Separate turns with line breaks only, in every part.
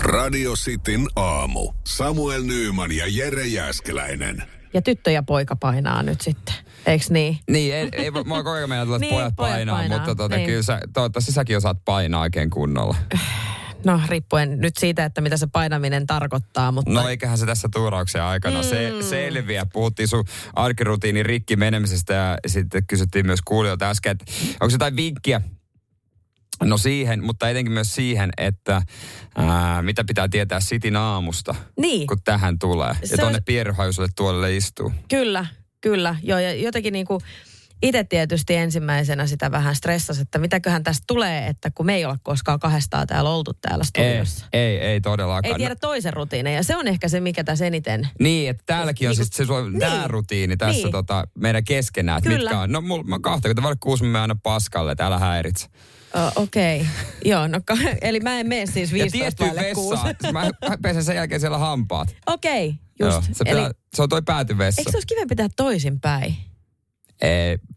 Radio Cityn aamu. Samuel Nyyman ja Jere Jäskeläinen.
Ja tyttö ja poika painaa nyt sitten, eiks niin?
Niin, ei, ei voi- mua koko ajan meillä tulee, että
Niin,
pojat
pojat
painaa,
painaa,
mutta tota,
niin.
kyllä sä, toivottavasti säkin osaat painaa oikein kunnolla.
No riippuen nyt siitä, että mitä se painaminen tarkoittaa, mutta
No eiköhän se tässä tuurauksen aikana se,
Mm.
selviä. Puhuttiin sun arkirutiinin rikki menemisestä ja sitten kysyttiin myös kuulijoilta äsken, että onko jotain vinkkiä No siihen, mutta etenkin myös siihen, että ää, mitä pitää tietää sitin aamusta,
niin,
kun tähän tulee.
Se
Ja tonne
on-
pieruhaisulle tuolle istuu.
kyllä, kyllä. Joo, ja jotenkin niin kuin itse tietysti ensimmäisenä sitä vähän stressasi, että mitäköhän tästä tulee, että kun me ei olla koskaan kahdestaan täällä oltu täällä
Ei,
studiossa.
ei, ei todellakaan.
Ei tiedä toisen rutiineja. Se on ehkä se, mikä tässä eniten
Niin, että täälläkin on
Niinku-
siis se sun, niin. tämä
Niin.
rutiini tässä
Niin.
tota, meidän keskenään, että
Kyllä.
mitkä on. No mulla, mä 26 mä menen aina paskalle, että älä häiritse.
Oh, Okei, okay. joo, no ka- eli mä en mene siis
Ja
15
tiettyyn
vaille kuusi.
vessaan. mä, mä pesen sen jälkeen siellä hampaat.
Okei, okay, just.
Joo, se,
eli
pitää, se on toi päätyvessa.
eikö se olisi kiva pitää toisinpäin?
Ei,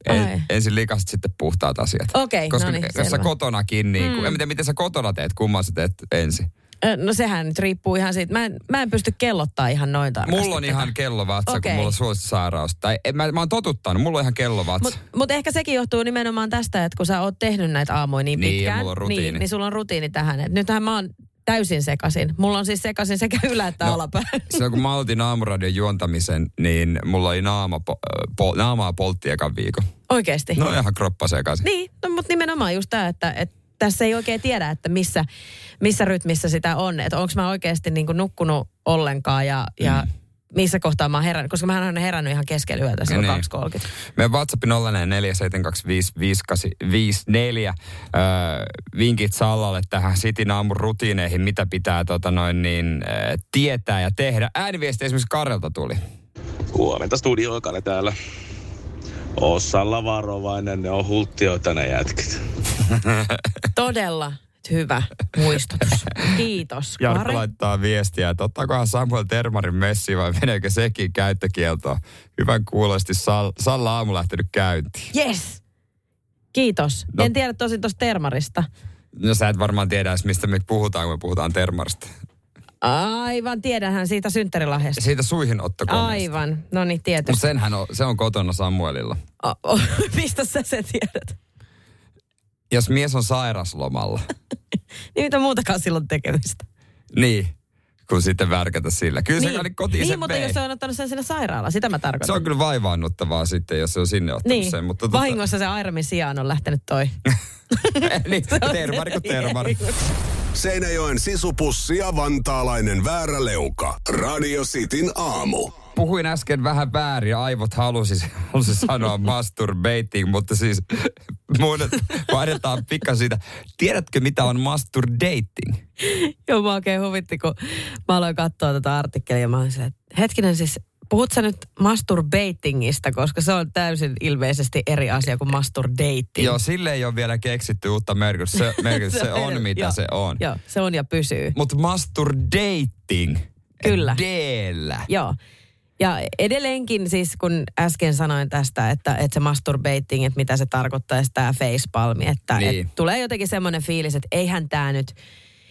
ei,
Ai.
ensin likaset, sitten puhtaat asiat.
Okei,
Koska
no niin,
jos sä
selvä.
kotonakin, niin kun, mm. en tiedä, miten sä kotona teet, kumman sä teet ensin.
Ö, No sehän nyt riippuu ihan siitä. Mä en, mä en pysty kellottaa ihan noin tarkasti.
Mulla on ihan kellovatsa, okay. kun
Okei.
mulla on suosisairaus. Tai en, mä, mä oon totuttanut, mulla on ihan kellovatsa.
Mutta mut ehkä sekin johtuu nimenomaan tästä, että kun sä oot tehnyt näitä aamuja niin
Niin, ja
pitkään,
mulla on rutiini.
niin, niin sulla on rutiini tähän. Et nythän mä oon täysin sekasin. Mulla on siis sekasin sekä ylä- että no. alapää.
Silloin kun mä aloitin aamuradion juontamisen, niin mulla oli naama, po- po- naamaa poltti ekan viikon.
Oikeesti.
No ihan kroppa sekaisin.
Niin, no, mutta nimenomaan just tämä, että, että tässä ei oikein tiedä, että missä, missä rytmissä sitä on. Että onko mä oikeasti niin nukkunut ollenkaan ja, ja
Mm.
missä kohtaa mä oon herännyt. Koska mä oon aina herännyt ihan keskellä yötä silloin
Niin.
2.30.
Meidän WhatsAppin 0447255854. Öö, vinkit Sallalle tähän Sitin aamun rutiineihin, mitä pitää tota noin, niin, öö, tietää ja tehdä. Ääniviesti esimerkiksi Karelta tuli.
Huomenta studio Kale täällä. Ossalla varovainen, ne on hulttioita ne jätkät.
Todella hyvä muistutus. Kiitos,
Jarkko
Kari.
laittaa viestiä, että ottaakohan Samuel Termarin messi vai meneekö sekin käyttökieltoon. Hyvän kuulosti Sal- Salla aamu lähtenyt käyntiin.
Yes. Kiitos.
No.
No. En tiedä tosi tuosta termarista.
No sä et varmaan tiedä edes, mistä me puhutaan, kun me puhutaan termarista.
Aivan, tiedänhän siitä synttärilahjasta.
Siitä suihin ottokoneesta.
Aivan, no niin tietysti.
Mutta senhän on, se on kotona Samuelilla.
O- o- Mistä sä se tiedät?
Jos mies on sairaslomalla,
Niin mitä muutakaan silloin tekemistä.
niin, kun sitten värkätä sillä. Kyllä niin. se
niin,
oli kotiin
niin
sen
mutta
vei.
jos se on ottanut sen sinne sairaalaan, sitä mä tarkoitan.
se on kyllä vaivaannuttavaa sitten, jos se on sinne ottanut
niin,
sen. Mutta tuota- tota-
vahingossa se Airamin sijaan on lähtenyt toi.
niin,
Se on-
termari kuin termari.
Seinäjoen sisupussi ja vantaalainen vääräleuka. Radio Cityn aamu.
Puhuin äsken vähän väärin, aivot halusi, halusi sanoa masturbating, mutta siis mun vaihdetaan pikka siitä. Tiedätkö, mitä on masturdating?
Joo, mä oikein huvitti, kun mä aloin katsoa tätä artikkelia. Mä olin silleen, että hetkinen siis, puhut sä nyt masturbatingista, koska se on täysin ilmeisesti eri asia kuin masturdating.
Joo, sille ei ole vielä keksitty uutta merkitystä. Se, merkitystä. se on mitä
joo,
se on.
Joo, se on ja pysyy.
Mutta masturdating.
Kyllä.
D-llä.
Joo. Ja edelleenkin siis, kun äsken sanoin tästä, että, että se masturbating, että mitä se tarkoittaa, ja tämä facepalmi, että
Niin.
et tulee jotenkin semmoinen fiilis, että eihän tämä nyt,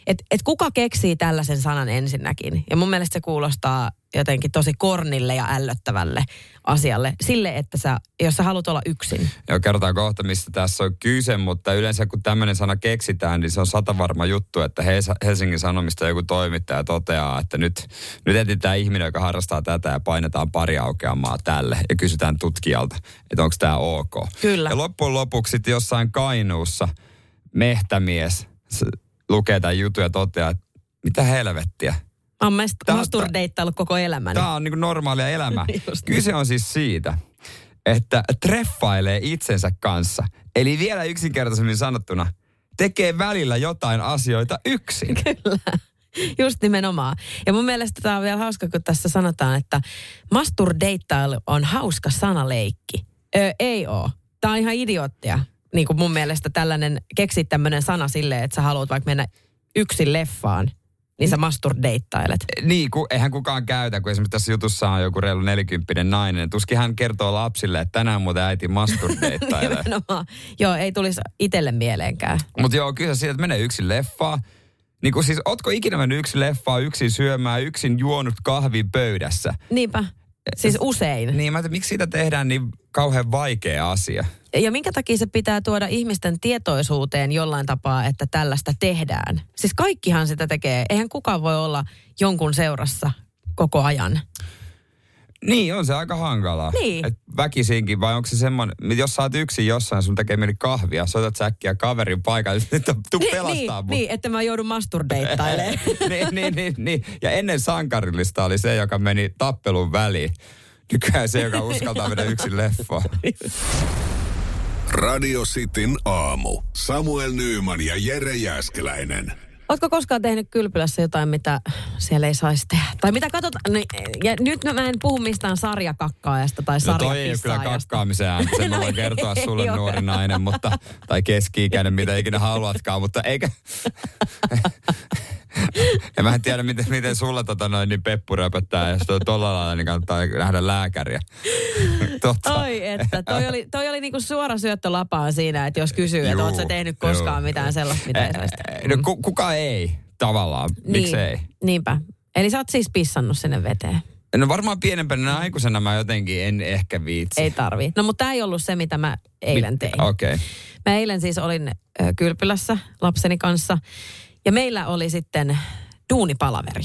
että et kuka keksii tällaisen sanan ensinnäkin. Ja mun mielestä se kuulostaa jotenkin tosi kornille ja ällöttävälle asialle. Sille, että sä, jos sä haluat olla yksin.
Joo, kerrotaan kohta, mistä tässä on kyse, mutta yleensä kun tämmöinen sana keksitään, niin se on satavarma juttu, että Heisa- Helsingin Sanomista joku toimittaja toteaa, että nyt, nyt etsitään ihminen, joka harrastaa tätä ja painetaan pari aukeamaa tälle ja kysytään tutkijalta, että onko tämä ok.
Kyllä.
Ja loppujen lopuksi sitten jossain Kainuussa mehtämies s- lukee tämän jutun ja toteaa, että mitä helvettiä,
Mä oon
Tää-
masturdeittailu koko elämäni.
Tämä on niin normaalia elämää.
Just.
Kyse on siis siitä, että treffailee itsensä kanssa. Eli vielä yksinkertaisemmin sanottuna, tekee välillä jotain asioita yksin.
Kyllä. Just nimenomaan. Ja mun mielestä tämä on vielä hauska, kun tässä sanotaan, että masturdeittailu on hauska sanaleikki. Ö, ei oo. Tämä on ihan idioottia. Niin kuin mun mielestä tällainen, keksit tämmöinen sana silleen, että sä haluat vaikka mennä yksin leffaan, niin sä masturdeittailet.
Niin, kun, eihän kukaan käytä, kun esimerkiksi tässä jutussa on joku reilu nelikymppinen nainen. Tuskin hän kertoo lapsille, että tänään muuten äiti
Niin.
masturbeittailee.
Nimenomaan. Joo, ei tulisi itselle mieleenkään.
Mutta joo, kyllä se siitä, että menee yksin leffaa, Niin kuin siis, ootko ikinä mennyt yksin leffaa, yksin syömään, yksin juonut kahvin pöydässä?
Niinpä. Siis usein.
Niin mä ajattelin, miksi siitä tehdään niin kauhean vaikea asia?
Ja minkä takia se pitää tuoda ihmisten tietoisuuteen jollain tapaa, että tällaista tehdään? Siis kaikkihan sitä tekee. Eihän kukaan voi olla jonkun seurassa koko ajan.
Niin, on se aika hankalaa.
Niin.
Et väkisinkin, vai onko se semmoinen, jos sä oot yksin jossain, sun tekee mieli kahvia, soitat säkkiä kaverin paikalle, nyt tuu
niin,
pelastaa mut.
niin, että mä joudun masturdeittailemaan.
niin, niin, niin, niin. Ja ennen sankarillista oli se, joka meni tappelun väliin. Nykyään se, joka uskaltaa mennä yksin leffaan.
Radio Cityn aamu. Samuel Nyyman ja Jere Jäskeläinen.
Ootko koskaan tehnyt kylpylässä jotain, mitä siellä ei saisi tehdä? Tai mitä katsotaan? No, ja nyt mä en puhu mistään sarjakakkaajasta tai
No toi ei ole kyllä
sarjapissaajasta.
kakkaamisen ääntä, sen mä
No
voin kertoa
ei
sulle
ole.
nuori nainen, mutta, tai keski-ikäinen, mitä ikinä haluatkaan, mutta eikä... Ja mä en tiedä, miten, miten sulla tota noin, niin peppu röpöttää, jos toi tolla lailla, niin kannattaa nähdä lääkäriä. Totta.
Oi että, toi oli, toi oli niinku suora syöttö lapaan siinä, että jos kysyy, että
Juu,
ootko sä tehnyt koskaan
juu.
mitään sellaista, mitä ei saisi tehdä.
No ku, kuka ei tavallaan,
Niin.
miksei?
Niinpä. Eli sä oot siis pissannut sinne veteen.
No varmaan pienempänä aikuisena mä jotenkin en ehkä viitsi.
Ei tarvii. No mutta tämä ei ollut se, mitä mä eilen tein.
Okei. Okay.
Mä eilen siis olin ö, kylpylässä lapseni kanssa ja meillä oli sitten duunipalaveri.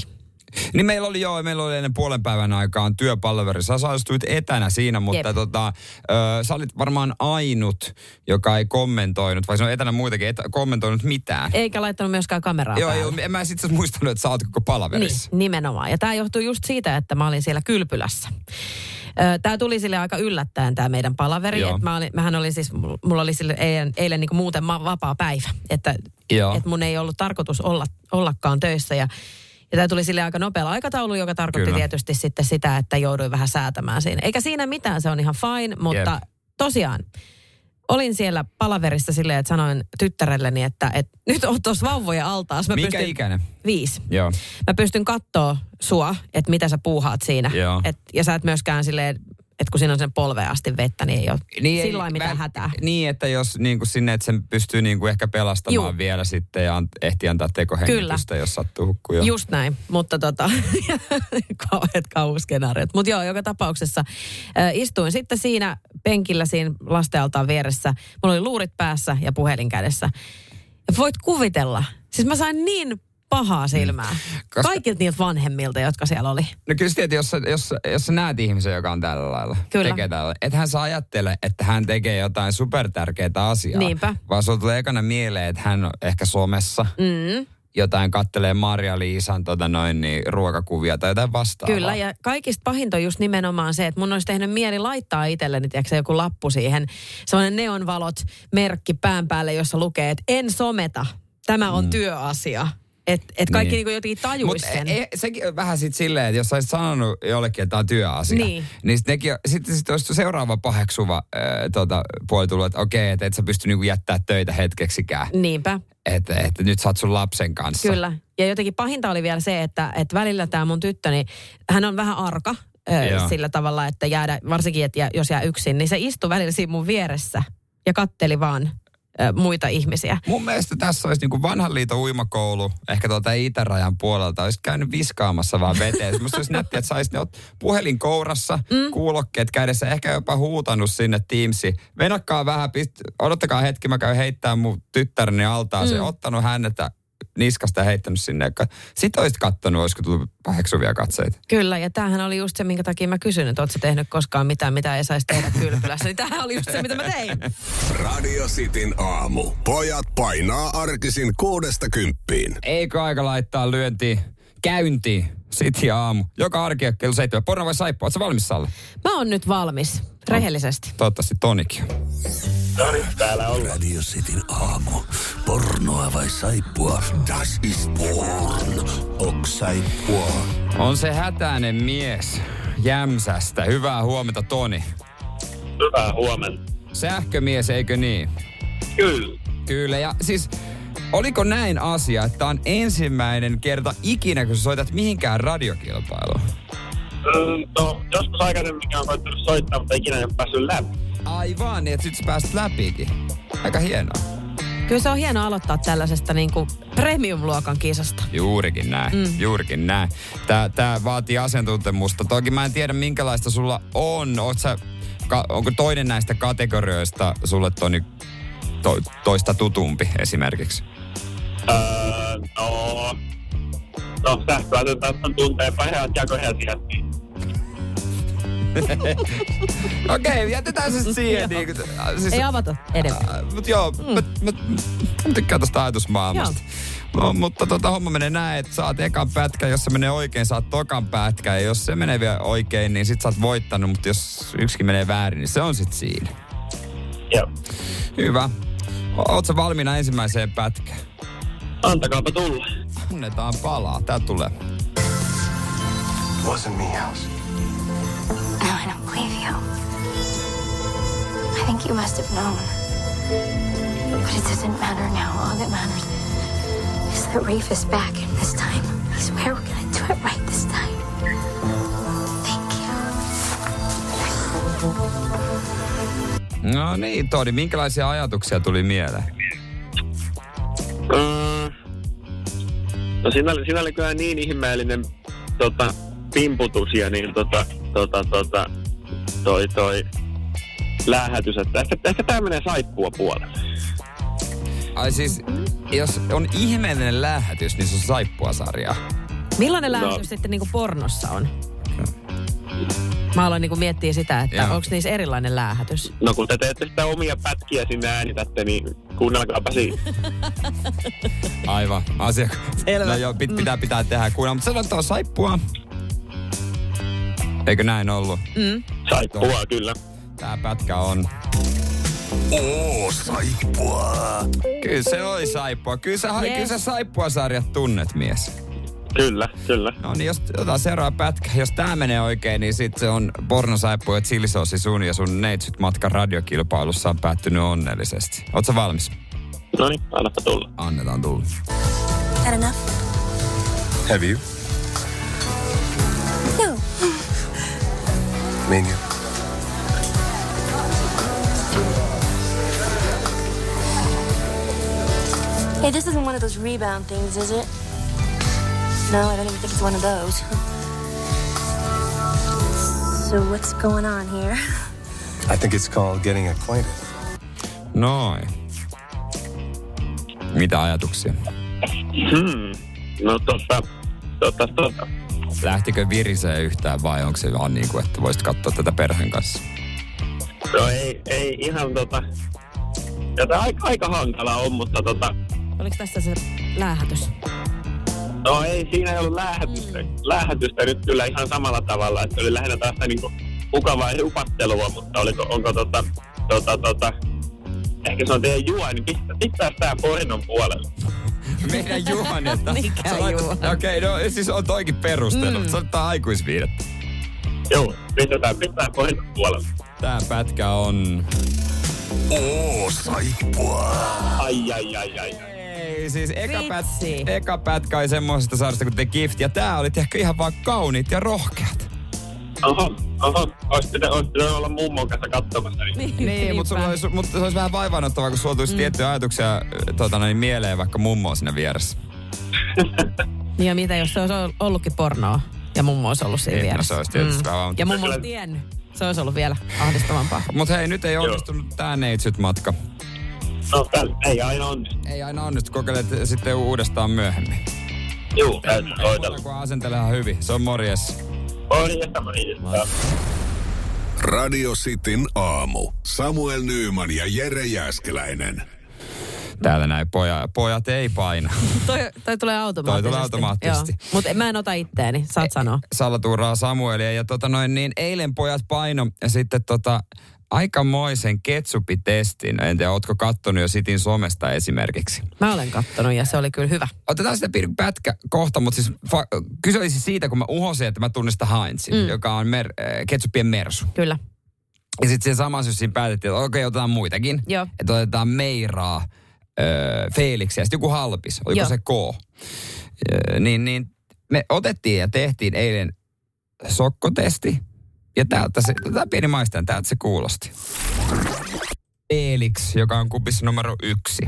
Niin meillä oli joo, meillä oli ennen puolen päivän aikaan työpalveri. Sä saistuit etänä siinä, mutta
Jep.
tota, ö, sä olit varmaan ainut, joka ei kommentoinut, vai se on etänä muitakin, et kommentoinut mitään.
Eikä laittanut myöskään kameraa
joo,
päälle.
joo, en mä sitten muistanut, että sä oot koko
Niin,
palaverissa.
nimenomaan. Ja tämä johtuu just siitä, että mä olin siellä kylpylässä. Tämä tuli sille aika yllättäen tämä meidän palaveri.
Joo.
Et mä olin, mähän oli siis, mulla oli sille eilen, eilen niin muuten ma- vapaa päivä. Että
Joo.
Niin. et mun ei ollut tarkoitus olla, ollakaan töissä ja ja tämä tuli sille aika nopealla aikataulu, joka tarkoitti
Kyllä.
Kyllä. tietysti sitten sitä, että jouduin vähän säätämään siinä. Eikä siinä mitään, se on ihan fine, mutta
Jep.
tosiaan olin siellä palaverissa silleen, että sanoin tyttärelleni, että, että nyt on tuossa vauvojen altaas. Mä
Mikä
pystyn,
ikäinen?
Viisi
Joo.
mä pystyn kattoo sua, että mitä sä puuhaat siinä.
Joo.
Et, ja sä et myöskään silleen, että kun siinä on sen polveen asti vettä, niin ei ole niin
ei-
silloin mitään
mä-
hätää.
Niin, että jos niin kuin sinne, että sen pystyy niin kuin ehkä pelastamaan
Juu.
vielä sitten ja an, ehti antaa tekohengitystä, jos sattuu hukkuja.
Just näin, mutta tota, kauheat kauhuskenaariot. Mutta joo, joka tapauksessa äh, istuin sitten siinä penkillä siinä lastenaltaan vieressä. Mulla oli luurit päässä ja puhelin kädessä. Ja voit kuvitella, siis mä sain niin pahaa silmää.
Koska-
Kaikilta niiltä vanhemmilta, jotka siellä oli.
No kyllä sitten, jos, sä- jos, sä- jos sä näet ihmisen, joka on tällä lailla,
Kyllä.
tekee tällä lailla, ethän sä ajattele, että hän tekee jotain supertärkeää asiaa.
Niinpä.
Vaan sulla tulee ekana mieleen, että hän on ehkä somessa
Mm.
jotain, kattelee Maria Liisan tota noin, niin, ruokakuvia tai jotain vastaavaa.
Kyllä, ja kaikista pahinta on just nimenomaan se, että mun olisi tehnyt mieli laittaa itselleni, tiedätkö, joku lappu siihen, sellainen neonvalot merkki pään päälle, jossa lukee, että en someta, tämä on työasia. Että et kaikki
Mm.
niin.
Niin.
niinku jotenkin tajuisi
Mut
sen.
e- e- sekin on vähän sitten silleen, että jos sä olisit sanonut jollekin, että tämä on työasia,
Niin.
niin sitten sit, sit olisi seuraava paheksuva äh, tota, puoli tullut, että okei, että et sä pysty niinku jättää töitä hetkeksikään.
Niinpä,
Että et, nyt sä oot sun lapsen kanssa.
kyllä. Ja jotenkin pahinta oli vielä se, että, että välillä tämä mun tyttöni, hän on vähän arka ö,
Joo.
sillä tavalla, että jäädä, varsinkin että jä- jos jää yksin, niin se istui välillä siinä mun vieressä ja katteli vaan ö, muita ihmisiä.
Mun mielestä tässä olisi niinku vanhan liiton uimakoulu, ehkä tuolta itärajan puolelta, olisi käynyt viskaamassa vaan veteen. Musta olisi nättiä, että saisi ne ot- puhelin kourassa, mm. kuulokkeet kädessä, ehkä jopa huutanut sinne Teamsi. Venakkaa vähän, pist- odottakaa hetki, mä käyn heittää mun tyttäreni altaan. Se ottanut häntä niskasta ja heittänyt sinne. Ka- Sitten olisit kattonut, olisiko tullut paheksuvia katseita.
Kyllä, ja tämähän oli just se, minkä takia mä kysyn, että ootko tehnyt koskaan mitään, mitä ei saisi tehdä kylpylässä. Niin tämähän oli just se, mitä mä tein.
Radio Cityn aamu. Pojat painaa arkisin kuudesta kymppiin.
Eikö aika laittaa lyönti käyntiin? Sitten aamu. Joka arki kello seitsemän. Porno vai saippu? Oletko valmis, Salle?
Mä oon nyt valmis, rehellisesti.
Toivottavasti tonikin.
Radio Cityn aamu. Pornoa vai saippua? Das is porn. Oks saippua?
On se hätäinen mies Jämsästä. Hyvää huomenta, Toni.
Hyvää huomenta.
Sähkömies, eikö niin?
Kyllä.
Kyllä, ja siis oliko näin asia, että on ensimmäinen kerta ikinä, kun sä soitat mihinkään radiokilpailuun?
Öö,
Mm, No, joskus aikaisemmin on koittanut soittaa, mutta ikinä en päässyt läpi.
Aivan, niin että sit sä pääst läpikin. Aika hienoa.
Kyllä se on hieno aloittaa tällaisesta niin kuin premium-luokan kisasta.
Juurikin näin, mm. juurikin näin. Tää, tää vaatii asiantuntemusta. Toki mä en tiedä minkälaista sulla on. Oot sä, ka, onko toinen näistä kategorioista sulle Toni to, toista tutumpi esimerkiksi?
Öö, no, no sähköauto tässä tuntee parhaat jakoherjat, niin
Okei, okay, jätetään se siihen. niin, kuin, siis,
Ei avata edellä.
Mutta joo, mm. mä, mä, mä tykkään tästä ajatusmaailmasta. No, mutta tota, homma menee näin, että saat ekan pätkän, jos se menee oikein, saat tokan pätkän. Ja jos se menee vielä oikein, niin sit sä oot voittanut, mutta jos yksikin menee väärin, niin se on sit siinä.
joo.
Hyvä. O- Oot sä valmiina ensimmäiseen pätkään?
Antakaapa tulla.
Annetaan palaa. Tää tulee.
wasn't me, House.
No, I don't believe you. I think you must have known. But it doesn't matter now. All that matters is that Rafe is back, and this time, I swear we're gonna do it right this time. Thank you.
No niin, Toni, minkälaisia ajatuksia tuli mieleen?
Öö, no siinä oli, siinä oli kyllä niin ihmeellinen tota, pimputus ja niin tota, tota, tota, toi, toi lähätys, että ehkä, ehkä tää menee saippua puolelle.
Ai siis, jos on ihmeellinen lähetys, niin se on saippua-sarja.
Millainen lähetys
No.
sitten niin kuin pornossa on? Mä aloin niin kuin miettiä sitä, että
Joo.
onko niissä erilainen läähätys.
No kun te teette sitä omia pätkiä sinne äänitätte, niin kuunnelkaapa siinä.
Aivan, asia.
Selvä.
No joo, pit, pitää, pitää tehdä kuunnella, mutta sanotaan saippua. Eikö näin ollut?
Saippua kyllä.
Tää pätkä on.
Oo, saippua.
Kyllä se oli saippua. Kyllä sä, yes.
Yes.
kyllä sä saippua-sarjat tunnet, mies.
Kyllä, kyllä.
No niin, jos otetaan seuraava pätkä. Jos tää menee oikein, niin sit se on pornosaippu ja chilisoosi sun ja sun neitsyt matkan radiokilpailussa on päättynyt onnellisesti. Oot sä valmis?
No niin, annapa tulla.
Annetaan tulla.
Had enough?
Have you?
No.
Me and you.
Hey, this isn't one of those rebound things, is it? No, I don't even think it's one of those. So what's going on here?
I think it's called getting acquainted.
Noin. Mitä ajatuksia?
No tossa, totta, totta.
Lähtikö virisee yhtään vai onko se vaan niin kuin, että voisit katsoa tätä perheen kanssa?
No ei, ei ihan tota... Tätä aika, aika hankala on, mutta tota...
Oliko tässä se läähätys?
No ei, siinä ei ollut lähetystä, mm. lähetystä nyt kyllä ihan samalla tavalla, että oli lähinnä tästä niinku mukavaa upattelua, mutta oliko, onko tota, tota, tota, ehkä se on teidän juo, niin pistää, pistää tää pornon puolelle.
Meidän juonetta.
Mikä
Sä laitat-
juonetta?
Okei, okay, no siis on toikin perustelu. Mm. Se on tää aikuisviidettä.
Joo, pistetään, pistää pornon puolelle.
Tää pätkä on...
Oo, saippua.
Ai, ai, ai, ai. ai.
Ei, siis eka, pät,
Vitsi.
eka pätkä oli semmoisesta sarjasta kuin The Gift, ja tää oli ehkä ihan vaan kauniit ja rohkeat.
Oho, oho, ois pitänyt, ois pitänyt olla mummon kanssa katsomassa. Niin.
Niin, mutta, sulla olisi, mutta se olisi vähän vaivaannuttavaa, kun sulla tulisi mm. tiettyjä ajatuksia äh, tota, noin, mieleen, vaikka mummo on siinä vieressä.
Ja mitä jos se olisi ol- ollutkin pornoa ja mummo olisi ollut siinä
Niin, no
vieressä? Mm.
se olisi tietysti vähän-
Ja mummo olisi tiennyt. Se olisi ollut vielä ahdistavampaa.
Mutta hei, nyt ei onnistunut tää neitsyt matka.
No, tällä ei aina onnistu.
Ei aina onnistu, kokeilet sitten uudestaan myöhemmin.
Joo, täytyy soitella.
Muuta kuin asentelehan hyvin. Se on morjes.
Morjesta, morjesta.
Radio Cityn aamu. Samuel Nyyman ja Jere Jäskeläinen.
Täällä näin poja, pojat ei paina.
Toi, toi tulee automaattisesti. E-
automaattisesti.
Mutta mä en ota itteeni, saat sanoa.
Salatuuraa Samuelia. Ja tota noin, niin eilen pojat paino ja sitten tota, aikamoisen ketsupitestin. En tiedä, ootko kattonut jo Sitin somesta esimerkiksi.
Mä olen kattonut ja se oli kyllä hyvä.
Otetaan sitä pieni pätkä kohta, mutta siis fa- kyse oli siis siitä, kun mä uhosin, että mä tunnistan Heinzin, mm. joka on mer- äh, ketsuppien mersu.
Kyllä.
Ja sitten sen saman syssyn päätettiin, että okei, otetaan muitakin.
Joo.
Että otetaan Meiraa, öö, Felix ja sitten joku halpis. Oliko
Joo.
se K? Öö, niin, niin me otettiin ja tehtiin eilen sokkotesti. Ja täältä se, tämä pieni maistan, täältä se kuulosti. Felix, joka on kupissa numero yksi.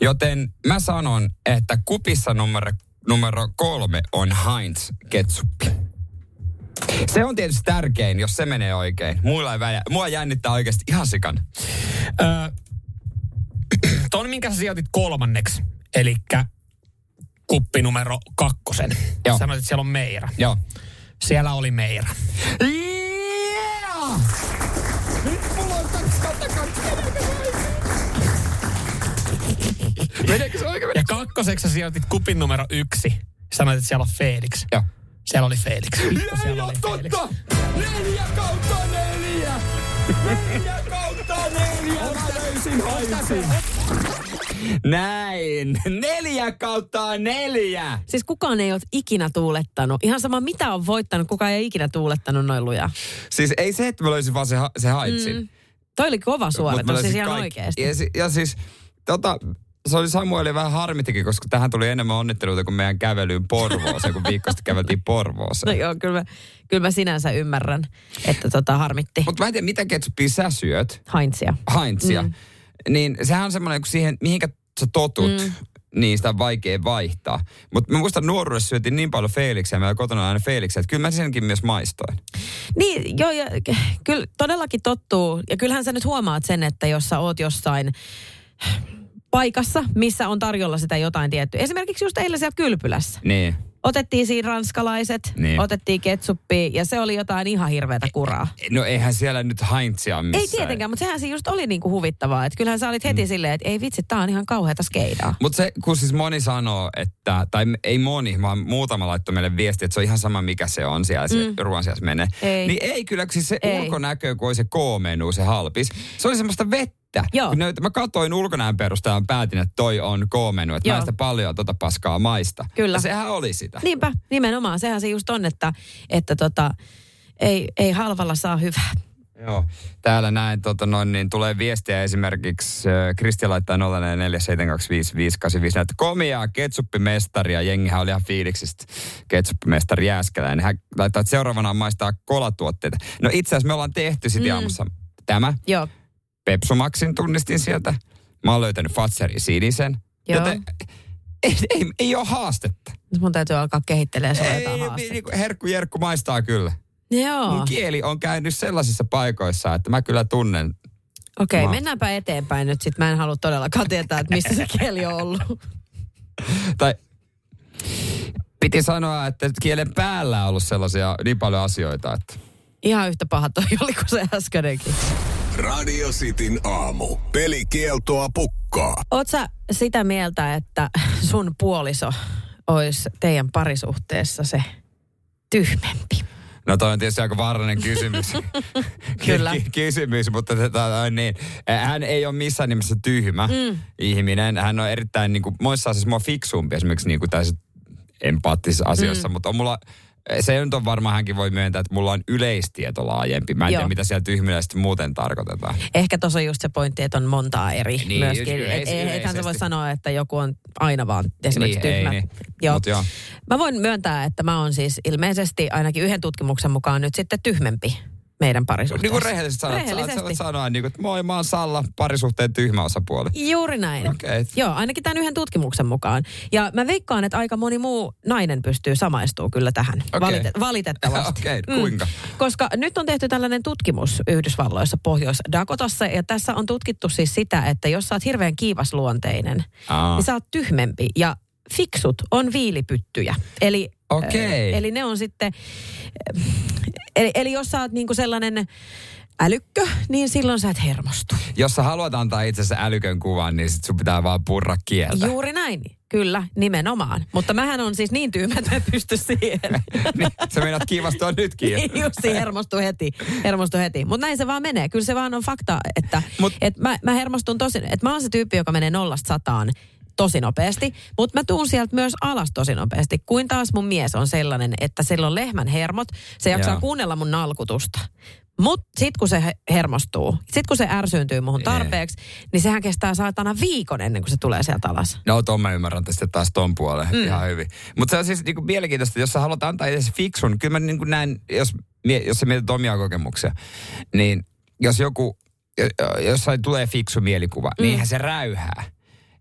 Joten mä sanon, että kupissa numero, numero kolme on Heinz ketsuppi. Se on tietysti tärkein, jos se menee oikein. Mulla ei väliä. Mua jännittää oikeasti ihan sikan.
Öö, ton, minkä sä sijoitit kolmanneksi, eli kuppi numero kakkosen.
Joo.
Joo. Sanoit, että siellä on Meira.
Joo.
Siellä oli Meira.
Yeah! Nyt mulla on kaksi kautta kaksi. Meneekö se oikein?
Ja kakkoseksi sä sijoitit kupin numero yksi. Sanoit, että siellä on Felix.
Joo.
Siellä oli Felix. Vittu,
Ei
siellä
ole
oli Felix.
totta! Neljä kautta neljä! Neljä kautta neljä! Mä löysin haisin. Näin. Neljä kautta neljä.
Siis kukaan ei ole ikinä tuulettanut. Ihan sama mitä on voittanut, kukaan ei ole ikinä tuulettanut noin lujaa.
Siis ei se, että mä löysin vaan se, ha- se haitsin. Mm. no
Toi oli kova suoritus, siis ihan oikeasti.
Ja, si- ja siis, tota, se oli Samueli vähän harmitikin, koska tähän tuli enemmän onnitteluita kuin meidän kävelyyn Porvooseen, kun viikko sitten käveltiin
No
Porvooseen.
joo, kyllä mä, kyllä mä sinänsä ymmärrän, että tota harmitti
Mutta mä en tiedä, mitä ketsuppia sä syöt,
Heinzia.
Heinzia, mm. niin sehän on semmoinen, kun siihen, mihinkä sä totut, mm. niin sitä on vaikea vaihtaa. Mutta mä muistan nuoruudessa syötiin niin paljon Felixiä, meillä kotona on aina Felixiä, että kyllä mä senkin myös maistoin.
Niin, joo, ja k- kyllä todellakin tottuu. Ja kyllähän sä nyt huomaat sen, että jos sä oot jossain paikassa, missä on tarjolla sitä jotain tiettyä. Esimerkiksi just eilen siellä kylpylässä.
Niin.
Otettiin siinä ranskalaiset,
Niin.
niin. otettiin ketsuppia ja se oli jotain ihan hirveätä kuraa.
No eihän siellä nyt Heinzia missään.
Ei tietenkään, mutta sehän se just oli niinku huvittavaa. Että kyllähän sä olit heti
Mm.
silleen, että ei vitsi, tää on ihan kauheata skeidaa.
Mutta se, kun siis moni sanoo, että, tai ei moni, vaan muutama laittoi meille viesti, että se on ihan sama mikä se on siellä, se mm. ruoan siellä menee.
Ei.
Niin ei kyllä, kun siis se ei.
Ei.
ulkonäkö, kun oli se koomenu, se halpis, se oli semmoista vettä.
Joo.
Kun näyt, mä katsoin ulkonäön perusteella ja päätin, että toi on koomenu, että mä
Joo.
en sitä paljon tota paskaa maista.
Kyllä.
Ja sehän oli sitä.
Niinpä, nimenomaan. Sehän se just on, että, että tota, ei, ei halvalla saa hyvää.
Joo. Täällä näin, tota noin, niin tulee viestiä esimerkiksi, äh, Kristi laittaa 0447255854, näitä komiaa ketsuppimestaria, jengihän oli ihan fiiliksistä ketsuppimestari Jääskeläinen. Niin Hän laittaa, että seuraavana maistaa kolatuotteita. No itse asiassa me ollaan tehty sitä mm. aamussa tämä.
Joo,
Pepsumaksin tunnistin sieltä. Mä oon löytänyt Fatserin sinisen.
Joo.
Joten ei, ei, ei ole haastetta.
nyt mun täytyy alkaa kehittelemään sulle
Ei,
jotain
ei,
haastetta.
niin kuin herkku jerkku maistaa kyllä.
Joo,
Mun kieli on käynyt sellaisissa paikoissa, että mä kyllä tunnen
okei,
Mä-
okay, mennäänpä eteenpäin nyt sit. Mä en halua todellakaan tietää, että missä se kieli on ollut.
tai piti sanoa, että kielen päällä on ollut sellaisia niin paljon asioita, että
Ihan yhtä paha toi oli kuin se äskenenkin.
Radio Cityn aamu. Pelikieltoa pukkaa.
Oot sä sitä mieltä, että sun puoliso olisi teidän parisuhteessa se tyhmempi?
No toi on tietysti aika vaarallinen kysymys.
Kyllä.
Ky- ky- kysymys, mutta tätä on niin. Hän ei ole missään nimessä tyhmä mm. ihminen. Hän on erittäin niin kuin, monissa asioissa mua fiksumpi esimerkiksi niin kuin tässä empaattisissa asioissa, mm. mutta on mulla se nyt on varmaan hänkin voi myöntää, että mulla on yleistieto laajempi. Mä en Joo.
Joo. Niin,
tiedä, mitä siellä tyhmillä sitten muuten tarkoitetaan.
Ehkä tuossa on just se pointti, että on montaa eri
Niin,
niin, myöskin. Et,
yleis-
ei, ethän
yleisesti.
sä voi sanoa, että joku on aina vaan esimerkiksi
Niin, ei
tyhmä.
niin.
Joo.
Mut joo.
Mä voin myöntää, että mä oon siis ilmeisesti ainakin yhden tutkimuksen mukaan nyt sitten tyhmempi meidän
Niin kuin
parisuhteessa.
rehellisesti sanoa, että sä- sä voit
Rehellisesti.
sanoa, niin kuin, että moi, mä oon Salla, parisuhteen tyhmä osapuoli.
Juuri näin.
Okei.
Joo, ainakin tämän yhden tutkimuksen mukaan. Ja mä veikkaan, että aika moni muu nainen pystyy samaistumaan kyllä tähän.
Okei.
Valite- valitettavasti.
Okei, kuinka?
Koska nyt on tehty tällainen tutkimus Yhdysvalloissa, Pohjois-Dakotassa, ja tässä on tutkittu siis sitä, että jos sä oot hirveän kiivasluonteinen,
Aa.
niin sä oot tyhmempi ja fiksut on viilipyttyjä. Eli, eh,
Okei.
eli ne on sitten, eh, eli, eli jos sä oot niinku sellainen älykkö, niin silloin sä et hermostu.
Jos sä haluat antaa itsensä älykön kuvan, niin sit sun pitää vaan purra kieltä.
Juuri näin, kyllä, nimenomaan. Mutta mähän on siis niin tyhmä, että mä en pysty siihen.
niin, sä meinaat kiivastua nytkin.
Niin, Jussi hermostui heti, hermostui heti. Mutta näin se vaan menee. Kyllä se vaan on fakta, että
Mut-
Mut, et mä, mä hermostun tosi, että mä oon se tyyppi, joka menee nollasta sataan tosi nopeasti, mutta mä tuun sieltä myös alas tosi nopeasti, kuin taas mun mies on sellainen, että sillä on lehmän hermot, se jaksaa
Joo.
kuunnella mun nalkutusta. Mutta sit kun se he- hermostuu, sit kun se ärsyyntyy muhun tarpeeksi, niin sehän kestää saatana viikon ennen kuin se tulee sieltä alas.
No ton mä ymmärrän tästä taas ton puoleen mm. ihan hyvin. Mutta se on siis niinku mielenkiintoista, jos sä haluat antaa edes fiksun. Kyllä mä niinku näen, jos, mie- jos sä mietit omia kokemuksia, niin jos joku jo- jossain tulee fiksu mielikuva, mm. niin eihän se räyhää.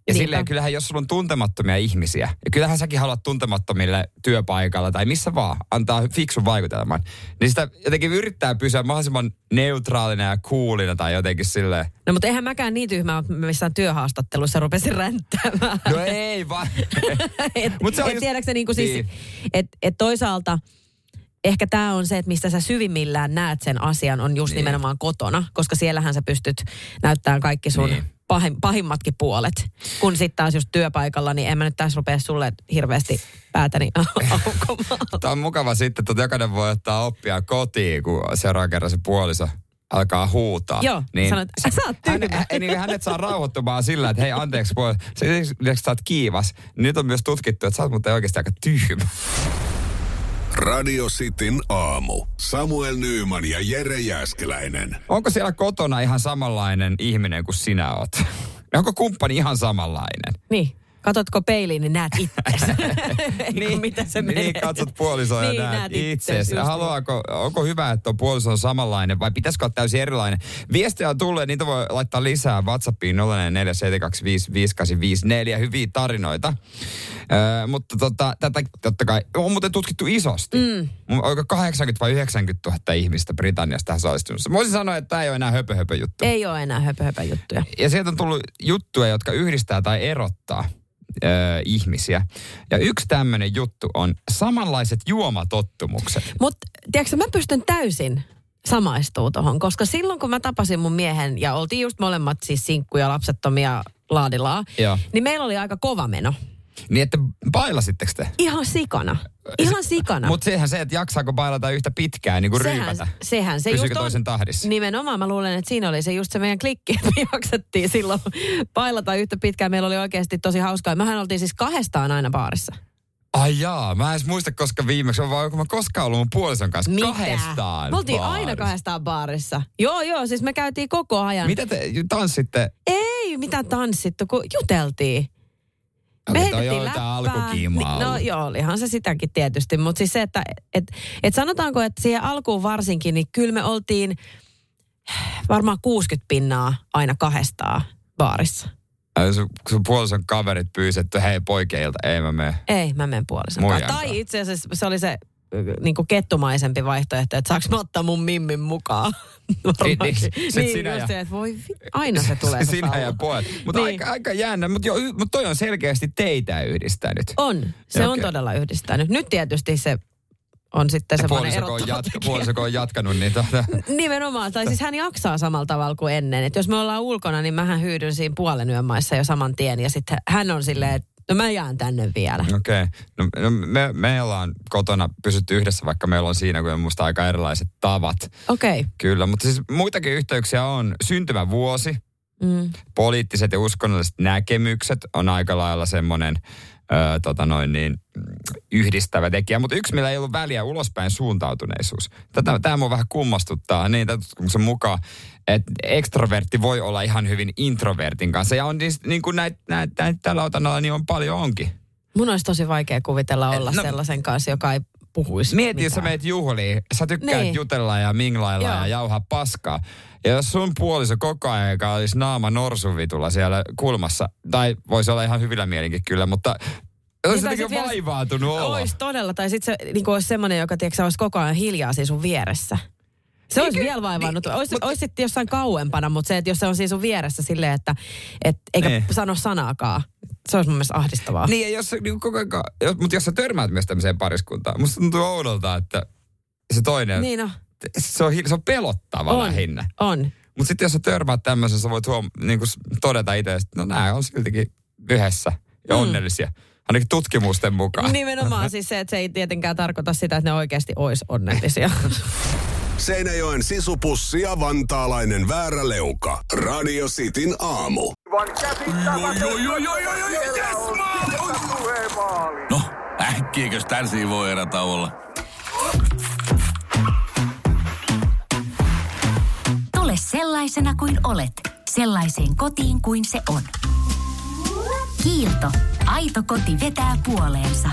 Ja
Niinpä.
silleen kyllähän, jos sulla on tuntemattomia ihmisiä, ja kyllähän säkin haluat tuntemattomille työpaikalla tai missä vaan antaa fiksun vaikutelman, niin sitä jotenkin yrittää pysyä mahdollisimman neutraalina ja coolina tai jotenkin silleen.
No mutta eihän mäkään niin tyhmä, että mä missään työhaastattelussa rupesin ränttämään.
No ei vaan.
et,
Mut se on
et
just-
tiedätkö sä niinku siis,
Niin.
et, et toisaalta ehkä tämä on se, että mistä sä syvimmillään näet sen asian, on just niin. nimenomaan kotona, koska siellähän sä pystyt näyttämään kaikki sun
Niin.
niin. pahim, pahimmatkin puolet. Kun sitten taas just työpaikalla, niin en mä nyt tässä rupea sulle hirveästi päätäni aukomaan.
Tämä on mukava sitten, että jokainen voi ottaa oppia kotiin, kun seuraavan kerran se puoliso alkaa huutaa. Niin
Joo, sanot,
se-
"Sä oot tyhmä."
Hänet, hä- niin hänet saa rauhoittumaan sillä, että hei anteeksi, puol- se lisäksi sä oot kiivas. Nyt on myös tutkittu, että sä oot muuten oikeasti aika tyhmä.
Radio Cityn aamu. Samuel Nyyman ja Jere Jäskeläinen.
Onko siellä kotona ihan samanlainen ihminen kuin sinä oot? Ja Onko kumppani ihan samanlainen?
Niin. Katotko peiliin, niin näet itsesi. niin, mitä se menee.
niin katsot puolisoa ja
Niin,
näet,
näet itsesi,
itsesi.
just niin.
Haluaako, onko hyvä, että on puoliso on samanlainen vai pitäisikö olla täysin erilainen? Viestejä on tullut, ja niitä voi laittaa lisää WhatsAppiin 0447255854. Hyviä tarinoita. Ö, mutta tota, tätä totta kai on muuten tutkittu isosti. Mm. Oiko 80 vai 90 000 ihmistä Britanniasta tähän osallistunut? Voisin sanoa, että tämä ei ole enää höpö, höpö juttu
Ei ole enää höpö, höpö juttuja.
ja sieltä on tullut juttuja, jotka yhdistää tai erottaa ö, ihmisiä. Ja yksi tämmöinen juttu on samanlaiset juomatottumukset.
Mutta tiedätkö, mä pystyn täysin samaistuu tohon, koska silloin kun mä tapasin mun miehen ja oltiin just molemmat siis sinkkuja, lapsettomia, laadilaa,
Joo.
niin meillä oli aika kova meno.
Niin että bailasitteko te?
Ihan sikana. Ihan sikana.
Mutta sehän se, että jaksaako bailata yhtä pitkään, niin kuin
No. sehän,
ryypätä.
sehän se
Pysyykö
just on.
toisen tahdissa?
Nimenomaan mä luulen, että siinä oli se just se meidän klikki, että me jaksettiin silloin pailata yhtä pitkään. Meillä oli oikeasti tosi hauskaa. Mehän oltiin siis kahdestaan aina baarissa.
Ai jaa, mä en edes muista, koska viimeksi on vaan, kun mä koskaan ollut mun puolison kanssa
Mitä?
kahdestaan.
Me oltiin
baarissa.
aina kahdestaan baarissa. Joo, joo, siis me käytiin koko ajan.
Mitä te tanssitte?
Ei mitään tanssittu, kun juteltiin. Me
Okei, toi
heitettiin
on tää
läppää.
alkukiimaa
Niin, No
ollut.
joo, olihan se sitäkin tietysti, mutta siis se, että et, et sanotaanko, että siihen alkuun varsinkin, niin kyllä me oltiin varmaan 60 pinnaa aina kahdestaan baarissa.
Ai, Sun, sun puolison kaverit pyysivät, että hei poikeilta, ei mä mene.
Ei, mä menen puolison
Muijan
kanssa. Tai
kanssa.
itse asiassa se oli se niin kuin kettumaisempi vaihtoehto, että saaks mä ottaa mun mimmin mukaan. Varmaankin.
Niin,
Niin,
sit sinä
just
ja-
se, että voi vi- aina se tulee. se
Sinä
sauma.
ja pojat. Mutta
Niin.
niin. aika, aika jännä. Mutta mut toi on selkeästi teitä yhdistänyt.
On, se
Okei.
on todella yhdistänyt. Nyt tietysti se on sitten semmoinen
Puolisoko on,
erottava
jatka,
tekijä.
puolisoko on jatkanut niin tota,
Nimenomaan, tai siis hän jaksaa samalla tavalla kuin ennen. Et jos me ollaan ulkona, niin mähän hyydyn siinä puolen yön maissa jo saman tien. Ja sitten hän on silleen, että no mä jään tänne vielä.
Okei. Okay. No, no me, me ollaan kotona pysytty yhdessä, vaikka meillä on siinä kyllä musta aika erilaiset tavat.
Okei. Okay.
Kyllä, mutta siis muitakin yhteyksiä on syntymävuosi,
Mm.
poliittiset ja uskonnolliset näkemykset on aika lailla semmoinen ö, tota noin niin, mm, yhdistävä tekijä. Mutta yksi, millä ei ollut väliä, on ulospäin suuntautuneisuus. Tätä, tämä mua vähän kummastuttaa niin tämän tutkimuksen mukaan, että ekstrovertti voi olla ihan hyvin introvertin kanssa. Ja on niin, niin kuin näitä näit, näit, tällä otanalla niin on paljon onkin.
Mun olisi tosi vaikea kuvitella olla
No-
no, sellaisen kanssa, joka ei puhuisi
Mieti, jos sä
mitään.
meet juhliin, sä tykkäät
Niin.
jutella ja minglailla
Joo.
ja jauhaa paskaa. Ja jos sun puoliso koko ajan olisi naama norsuvitulla siellä kulmassa, tai voisi olla ihan hyvillä mielinkin kyllä, mutta
Niin, tai
olisi
sit
jotenkin
vielä-
vaivaatunut olla.
Ois todella, tai sitten se niin olisi semmoinen, joka tiedätkö, olisi koko ajan hiljaa siinä sun vieressä. Se olisi vielä vaivannut. Niin, olisi, olisi sitten jossain kauempana, mutta se, että jos se on siinä sun vieressä silleen, että et, eikä
Niin.
sano sanaakaan, se olisi mun mielestä ahdistavaa.
Niin, ja jos, niin koko ajan, jos, mutta jos sä törmäät myös tämmöiseen pariskuntaan, musta tuntuu oudolta, että se toinen, niin.
niin no.
se, on, hi- se on pelottava on.
On.
lähinnä.
On.
Mutta sitten jos sä törmäät tämmöisen, sä voit huom- niinku s- todeta itse, että no nämä on siltikin yhdessä
Mm.
ja onnellisia. Ainakin tutkimusten mukaan.
Nimenomaan siis se, että se ei tietenkään tarkoita sitä, että ne oikeasti olisi onnellisia.
Seinäjoen sisupussi ja vantaalainen vääräleuka. Radio Cityn aamu.
No, äkkiäkös tän siinä voi erata olla?
Tule sellaisena kuin olet, sellaiseen kotiin kuin se on. Kiilto. Aito koti vetää puoleensa.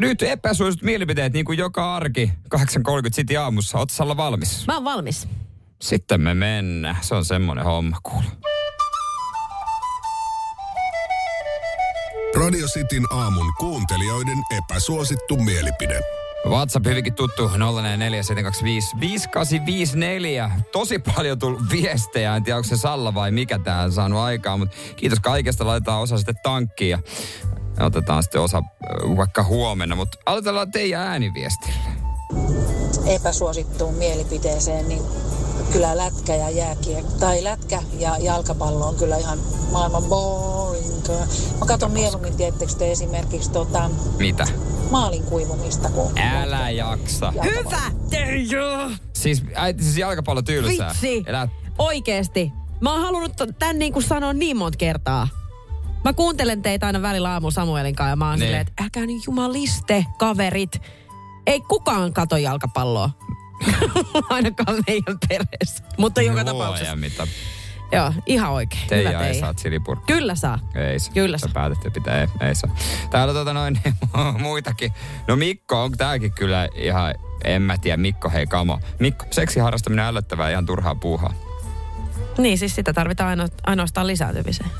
Nyt epäsuositut mielipiteet niin kuin joka arki 8.30 City aamussa. Oot Salla valmis?
Mä oon valmis.
Sitten me mennään. Se on semmoinen homma kuule.
Radio Cityn aamun kuuntelijoiden epäsuosittu mielipide.
WhatsApp hyvinkin tuttu 0447255854. Tosi paljon tullut viestejä, en tiedä onko se Salla vai mikä tää on saanut aikaa, mutta kiitos kaikesta, laitetaan osa sitten tankkiin ja otetaan sitten osa äh, vaikka huomenna, mutta aloitellaan teidän ääniviestillä.
epäsuosittuun mielipiteeseen, niin kyllä lätkä ja jääkiekko, tai lätkä ja jalkapallo on kyllä ihan maailman boring. Mä katson mieluummin, tiettekö te esimerkiksi tota,
Mitä?
maalin kuivumista, kun
Älä jaksa.
Hyvä! Joo!
Siis, äiti, siis jalkapallo tylsää.
Vitsi!
Elä,
Oikeesti. Mä oon halunnut t- tän niin kuin sanoa niin monta kertaa. Mä kuuntelen teitä aina välillä aamu Samuelin kanssa ja mä oon
Niin.
silleen, että älkää nyt jumaliste, kaverit. Ei kukaan kato jalkapalloa. Ainakaan meidän perheessä. Mutta joka tapauksessa.
Luojan mitä.
Joo, ihan oikein. Hyvä
Teija ei
teijä.
saa silipurkki.
Kyllä saa.
Ei se.
Kyllä
Sä
saa.
päätit, että pitää, ei, ei saa. Täällä tota noin muitakin. No Mikko, onko tääkin kyllä ihan, en mä tiedä, Mikko hei kamo. Mikko, seksiharrastaminen on ällöttävää, ihan turhaa puuhaa.
Niin, siis sitä tarvitaan aino, ainoastaan lisääntymiseen.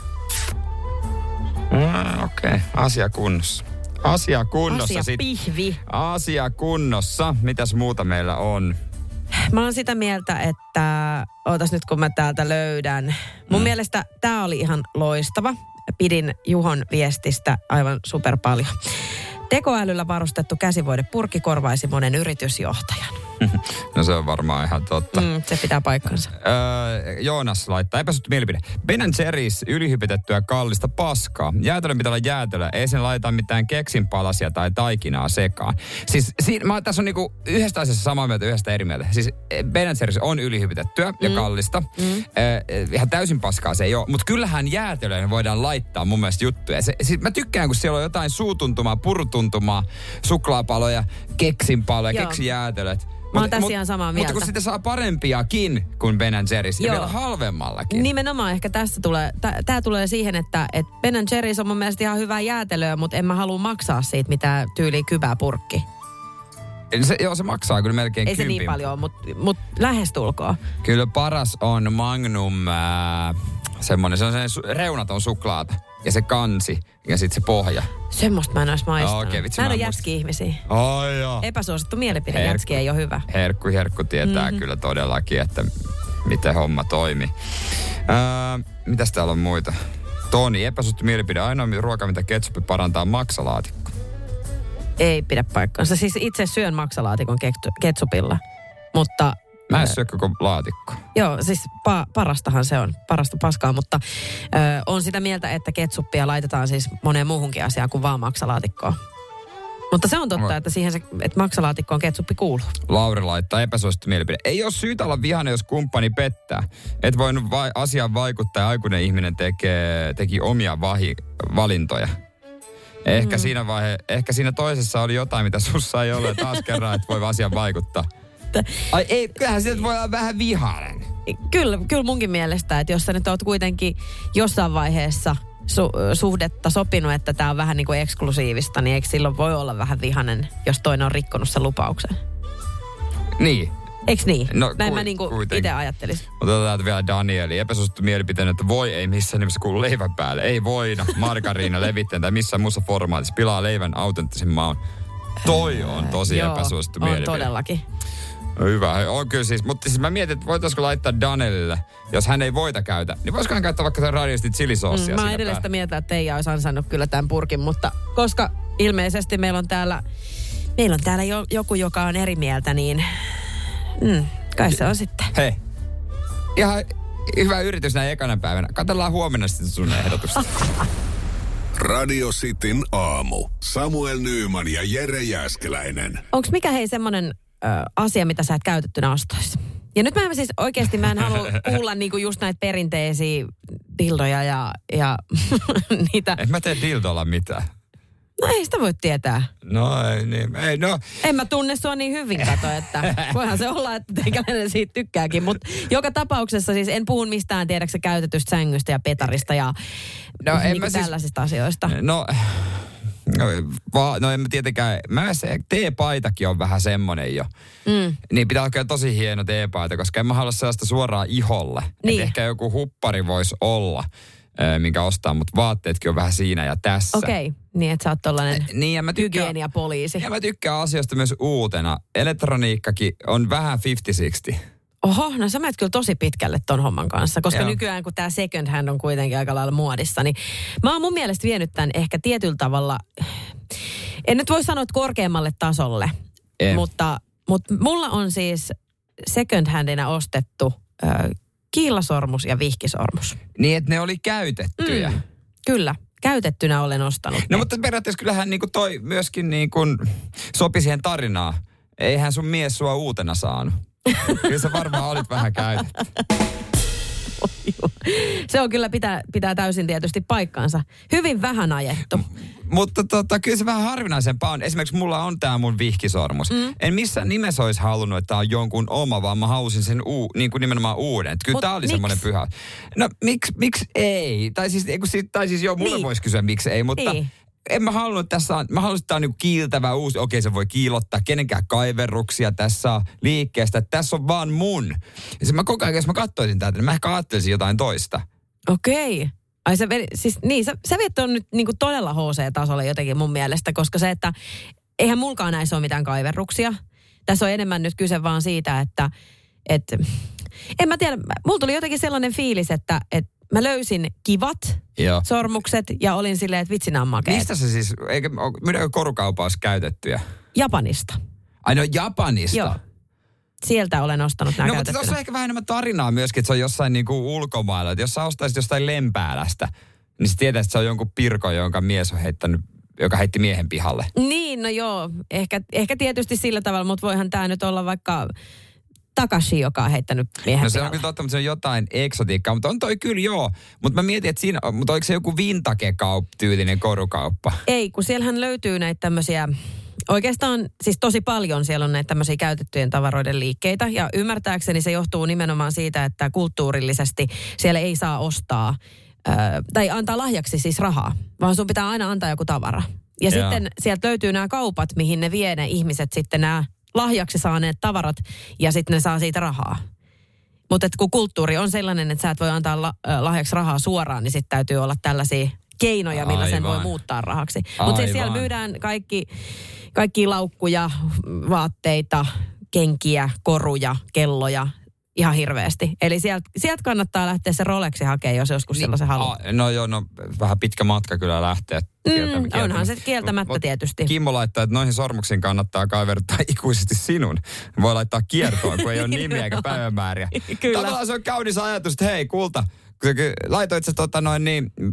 Mm, Okei, okay. asia kunnossa. Asia kunnossa
Asia
sit.
pihvi.
Asia kunnossa. Mitäs muuta meillä on?
Mä oon sitä mieltä, että ootas nyt kun mä täältä löydän. Mun mm. mielestä tää oli ihan loistava. Pidin Juhon viestistä aivan super paljon. Tekoälyllä varustettu käsivoide purki korvaisi monen yritysjohtajan.
No se on varmaan ihan totta.
Mm, se pitää paikkansa.
Öö, Joonas laittaa, epäsytty mielipide. Ben Jerry's ylihypitettyä kallista paskaa. Jäätelö pitää olla jäätelö, ei sen laita mitään keksinpalasia tai taikinaa sekaan. Siis si- mä, oon- tässä on niinku yhdestä asiasta samaa mieltä, yhdestä eri mieltä. Siis eh, Ben Jerry's on ylihypitettyä ja kallista. Mm. Öö, ihan täysin paskaa se ei ole, mutta kyllähän jäätelöön voidaan laittaa mun mielestä juttuja. Se, siis mä tykkään, kun siellä on jotain suutuntumaa, purutuntumaa, suklaapaloja, keksinpaloja,
Joo.
keksijäätelöt.
Mä oon
Mut-
tässä
mut-
ihan samaa
Mutta kun
mieltä.
sitä saa parempiakin kuin Ben Jerry's ja
Joo. Niin.
vielä halvemmallakin.
Nimenomaan ehkä tässä tulee, tämä tulee siihen, että et Ben Jerry's on mun mielestä ihan hyvää jäätelöä, mutta en mä halua maksaa siitä mitään tyyliä kybää purkki.
Niin Se, joo, se maksaa kyllä melkein
Ei se niin
kympin.
paljon, mutta mut lähestulkoon.
Kyllä paras on Magnum, ää, semmonen, se on sen su- reunaton suklaata ja se kansi ja sitten se pohja.
Semmosta mä en olisi maistanut.
Okei, vitsi,
mä
mä
en
en
ole
muista.
jätski-ihmisiä.
Ai joo.
Epäsuosittu mielipide,
Herkku.
jätski ei ole hyvä.
Herkku, herkku tietää
Mhm.
mm-hmm. kyllä todellakin, että miten homma toimi. Ää, mitäs täällä on muita? Toni, epäsuhti mielipide. Ainoa ruoka, mitä ketsuppi parantaa, on maksalaatikko.
Ei pidä paikkaansa. Siis itse syön maksalaatikon kektu- ketsupilla. Mutta
Mä en syö koko laatikko.
joo, siis pa- parastahan se on, parasta paskaa, mutta ö, on sitä mieltä, että ketsuppia laitetaan siis moneen muuhunkin asiaan kuin vaan maksalaatikkoon. Mutta se on totta,
Mä-
että siihen se, että maksalaatikkoon ketsuppi kuuluu.
Lauri laittaa epäsuosittu mielipide. Ei ole syytä olla vihane, jos kumppani pettää. Et voinut va- asiaan vaikuttaa ja aikuinen ihminen tekee, teki omia vahi- valintoja. Ehkä, mm. siinä vaihe, ehkä siinä toisessa oli jotain, mitä sussa ei ole taas kerran, että voi asiaan vaikuttaa. Ai ei, kyllähän sieltä voi olla vähän vihainen.
Kyllä, kyllä munkin mielestä, että jos sä nyt oot kuitenkin jossain vaiheessa su- suhdetta sopinut, että tämä on vähän niin kuin eksklusiivista, niin eikö silloin voi olla vähän vihanen, jos toinen on rikkonut sen lupauksen?
Niin.
Eikö niin?
No,
Näin
kui-
mä niinku
kuitenkin.
itse ajattelisin.
Mutta otetaan vielä Danieli. Epäsuosittu mielipiteen, että voi ei missään nimessä kuulu leivän päälle. Ei voida margariina levittää tai missään muussa formaatissa. Pilaa leivän autenttisen maun. Toi on tosi
Joo,
epäsuosittu
on
mielipide.
todellakin.
No Hyvä, on kyllä siis. Mutta siis mä mietin, että voitaisiko laittaa Danelille, jos hän ei voita käytä. Niin voisiko hän käyttää vaikka tämän radiosti
Mm,
chilisoosia
Mä oon
siinä
edelleen sitä
päällä?
mieltä, että Teija olisi ansainnut kyllä tämän purkin, mutta koska ilmeisesti meillä on täällä, meillä on täällä jo, joku, joka on eri mieltä, niin mm, kai se on sitten.
Hei, ihan hyvä yritys näin ekana päivänä. Katellaan huomenna sitten sun ehdotusta.
Radio Cityn aamu. Samuel Nyyman ja Jere Jäskeläinen.
Onko mikä hei semmoinen ö, asia, mitä sä et käytettynä ostoissa? Ja nyt mä en siis oikeasti, mä en halua kuulla niinku just näitä perinteisiä dildoja ja, ja niitä.
en mä tee dildolla mitään.
No ei sitä voi tietää.
No ei niin, ei no.
En mä tunne sua niin hyvin, kato, että voihan se olla, että teikäläinen siitä tykkääkin. Mutta joka tapauksessa siis en puhu mistään, tiedäksä, käytetystä sängystä ja petarista ja
No,
no,
en
niin
mä
kuin
siis-
tällaisista asioista.
No, No, va, no en mä tietenkään, mä se T-paitakin on vähän semmonen jo.
Mm.
Niin pitää olla kyllä tosi hieno T-paita, koska en mä halua sellaista suoraan iholle.
Niin.
Et ehkä joku huppari voisi olla, ö, minkä ostaa, mutta vaatteetkin on vähän siinä ja tässä.
Okei, okay. niin että sä oot tollanen
Niin, ja mä tykkään,
hygieniapoliisi.
ja mä tykkään asioista myös uutena. Elektroniikkakin on vähän 50-60.
Oho, no sä menet kyllä tosi pitkälle ton homman kanssa, koska
Joo.
Joo. nykyään kun tämä second hand on kuitenkin aika lailla muodissa, niin mä oon mun mielestä vienyt tämän ehkä tietyllä tavalla, en nyt voi sanoa, että korkeammalle tasolle,
Ei.
mutta, mutta mulla on siis second handina ostettu ö, kiilasormus ja vihkisormus.
Niin, että ne oli käytettyjä. Mm.
Kyllä, käytettynä olen ostanut.
No
ne.
mutta periaatteessa kyllähän niin kuin toi myöskin niin kuin sopi siihen tarinaan. Eihän sun mies sua uutena saanut. Kyllä sä varmaan olit vähän käytetty.
Se on kyllä pitää, pitää täysin tietysti paikkaansa. Hyvin vähän ajettu.
Mutta tota, kyllä se vähän harvinaisempaa on. Esimerkiksi mulla on tämä mun vihkisormus. Mm. En missään nimessä olisi halunnut, että tämä on jonkun oma, vaan mä halusin sen uu, niin kuin nimenomaan uuden. Et kyllä
Mut
tämä oli
miksi?
semmoinen pyhä. No miksi miks ei? Tai siis, ei kun siis, tai siis joo, mulle
Niin.
voisi kysyä miksi ei, mutta...
Niin.
En mä halunnut, että tässä on, mä halusin, että tämä on niinku kiiltävä uusi. Okei, se voi kiilottaa kenenkään kaiverruksia tässä on liikkeestä. Tässä on vaan mun. Ja se mä koko ajan, jos mä katsoisin tätä, niin mä ehkä ajattelisin jotain toista.
Okei. Okay. Ai sä, vedi- siis, niin, sä, sä viet on nyt niinku todella HC-tasolla jotenkin mun mielestä, koska se, että eihän mulkaan näissä ole mitään kaiverruksia. Tässä on enemmän nyt kyse vaan siitä, että et, en mä tiedä, mä- mulla tuli jotenkin sellainen fiilis, että et mä löysin kivat
Joo.
sormukset ja olin silleen, että vitsi nämä on makeet.
Mistä se siis, eikö, myydäänkö korukaupaus käytettyjä?
Japanista.
Ai no Japanista.
Joo. Sieltä olen ostanut nämä
No mutta tuossa on ehkä vähän enemmän tarinaa myöskin, että se on jossain niinku ulkomailla. Että jos sä ostaisit jostain lempäälästä, niin sä tietää, että se on jonkun pirko, jonka mies on heittänyt, joka heitti miehen pihalle.
Niin, no joo. Ehkä, ehkä tietysti sillä tavalla, mutta voihan tämä nyt olla vaikka Takashi, joka on heittänyt miehen
No se on
pihalle.
kyllä totta, mutta se on jotain eksotiikkaa, mutta on toi kyllä joo. Mutta mä mietin, että siinä, mutta oliko se joku vintage-tyylinen korukauppa?
Ei, kun siellähän löytyy näitä tämmöisiä, oikeastaan siis tosi paljon siellä on näitä tämmöisiä käytettyjen tavaroiden liikkeitä. Ja ymmärtääkseni se johtuu nimenomaan siitä, että kulttuurillisesti siellä ei saa ostaa ö, tai antaa lahjaksi siis rahaa, vaan sun pitää aina antaa joku tavara. Ja
Joo.
sitten sieltä löytyy nämä kaupat, mihin ne vie ne ihmiset sitten nämä lahjaksi saaneet tavarat ja sitten ne saa siitä rahaa. Mutta kun kulttuuri on sellainen, että sä et voi antaa la, ö, lahjaksi rahaa suoraan, niin sitten täytyy olla tällaisia keinoja, millä sen voi
Aivan.
muuttaa rahaksi. Mutta siis siellä
Aivan.
myydään kaikki, kaikki laukkuja, vaatteita, kenkiä, koruja, kelloja ihan hirveästi. Eli sieltä sielt kannattaa lähteä se Rolexi hakemaan, jos
Niin.
joskus sellaisen haluaa.
A, no joo, no vähän pitkä matka kyllä lähteä. kieltämättä-
Mm, onhan se
kieltämättä.
kieltämättä
Mut-
tietysti.
Kimmo laittaa, että noihin sormuksiin kannattaa kaivertaa ikuisesti sinun. Voi laittaa kiertoon, kun ei ole nimiä eikä päivämääriä.
Kyllä.
Tavallaan se on kaunis ajatus, että hei kulta, kun sä ky- laitoit sä tota noin niin, mm,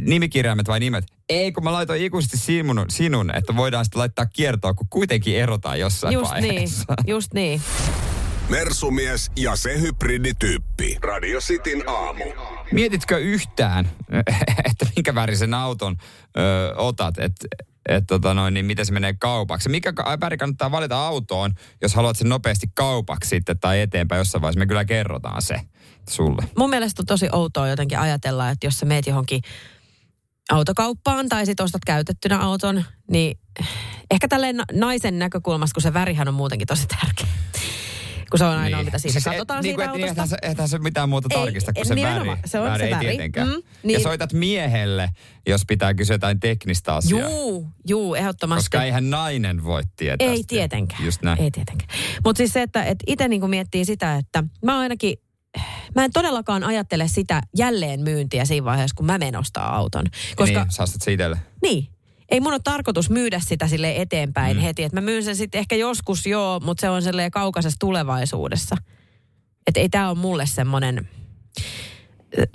nimikirjaimet vai nimet? Ei, kun mä laitoin ikuisesti sinun, sinun että voidaan sitä laittaa kiertoon, kun kuitenkin erotaan jossain
Just niin,
vaiheessa.
just niin.
Mersumies ja se hybridityyppi. Radio Cityn aamu.
Mietitkö yhtään, että minkä värisen auton ö, otat, että et, tota noin, niin miten se menee kaupaksi? Mikä ka- väri kannattaa valita autoon, jos haluat sen nopeasti kaupaksi sitten tai eteenpäin jossain vaiheessa? Me kyllä kerrotaan se sulle.
Mun mielestä on tosi outoa jotenkin ajatella, että jos sä meet johonkin autokauppaan tai sit ostat käytettynä auton, niin ehkä tälleen na- naisen näkökulmasta, kun se värihän on muutenkin tosi tärkeä. Kun se on ainoa, mitä siitä
Siis et-
katsotaan
niin
siitä
kuin, et- niin,
autosta.
Eihän se, eihän se mitään muuta
Ei,
tarkista kuin
ei,
se väri.
nimenomaan. Se on se
ei
väri.
tietenkään.
Mm,
Ja
niin.
soitat miehelle, jos pitää kysyä jotain teknistä asiaa.
Juu, juu, ehdottomasti.
Koska eihän nainen voi tietää.
Ei
sitä.
tietenkään.
Just näin.
Ei tietenkään. Mutta siis se, että et itse niinku miettii sitä, että mä ainakin, mä en todellakaan ajattele sitä jälleen myyntiä siinä vaiheessa, kun mä menen ostaa auton. Koska
Niin, sä ostat se itselle.
Niin. Ei mun ole tarkoitus myydä sitä sille eteenpäin mm. heti. Et mä myyn sen sitten ehkä joskus joo, mutta se on silleen kaukaisessa tulevaisuudessa. Että ei tämä ole mulle semmoinen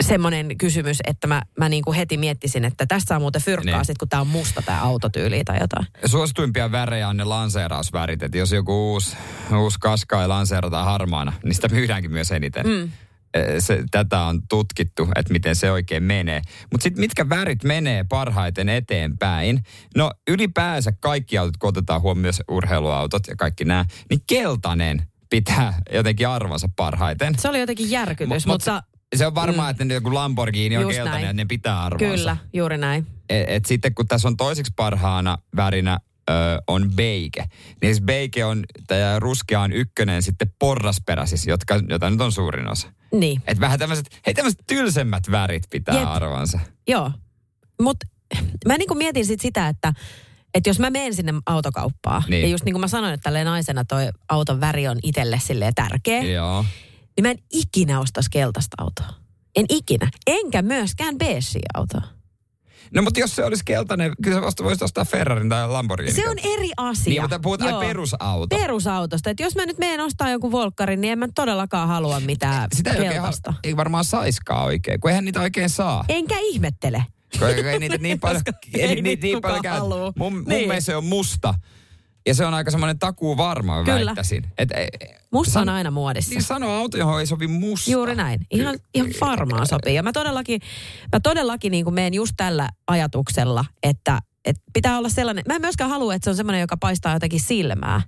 semmoinen kysymys, että mä, mä niinku heti miettisin, että tässä on muuten fyrkkaa
Niin.
niin. sit, kun tää on musta tää autotyyli tai jotain.
suosituimpia värejä on ne lanseerausvärit. Että jos joku uusi, uusi kaskai lanseerataan harmaana, niin sitä myydäänkin myös eniten. Mm. Se, tätä on tutkittu, että miten se oikein menee. Mutta sitten mitkä värit menee parhaiten eteenpäin? No ylipäänsä kaikki autot, kun otetaan huomioon myös urheiluautot ja kaikki nämä, niin keltainen pitää jotenkin arvonsa parhaiten.
Se oli jotenkin järkytys,
Mu-
mutta
se on varmaa, mm. että ne joku Lamborghini on
Just
keltainen,
näin.
että ne pitää arvoansa.
Kyllä, juuri näin.
E, Et, et sitten kun tässä on toiseksi parhaana värinä ö, on beike, niin siis beike on, tämä ruskea on ykkönen sitten porrasperäisissä, jotka, jota nyt on suurin osa.
Niin,
Et vähän tämmöiset, hei tämmöiset tylsemmät värit pitää
Jep.
Jep. arvansa.
joo. Mutta mä niinku mietin sit sitä, että et jos mä menen sinne autokauppaan,
Niin.
niin. ja just niin kuin mä sanoin, että tälleen naisena toi auton väri on itselle silleen tärkeä,
Joo.
niin mä en ikinä ostaisi keltaista autoa. En ikinä. Enkä myöskään beige autoa.
No mutta jos se olisi keltainen, kyllä sä vasta voisit ostaa Ferrarin tai Lamborghini.
Se on eri asia.
Niin, mutta puhutaan
Joo.
perusauto.
Perusautosta. Että jos mä nyt menen ostaa joku volkkarin, niin en mä todellakaan halua mitään
Sitä ei, oikein,
keltaista.
ei varmaan saiskaan oikein, kun eihän niitä oikein saa.
Enkä ihmettele.
Kun ei, ei niitä niin paljon, ei,
ei
niitä
niitä
niin
kukaan
paljon käy.
halua.
Mun, mun
Niin.
mielestä se on musta. Ja se on aika semmoinen takuu varma,
Kyllä.
väittäisin. Et, ei,
Musta on aina muodissa.
Niin sano auto, johon ei sovi musta.
Juuri näin. Ihan, ihan varmaan sopii. Ja mä todellakin, mä todellakin niin menen just tällä ajatuksella, että, että pitää olla sellainen. Mä en myöskään halua, että se on sellainen, joka paistaa jotakin silmää.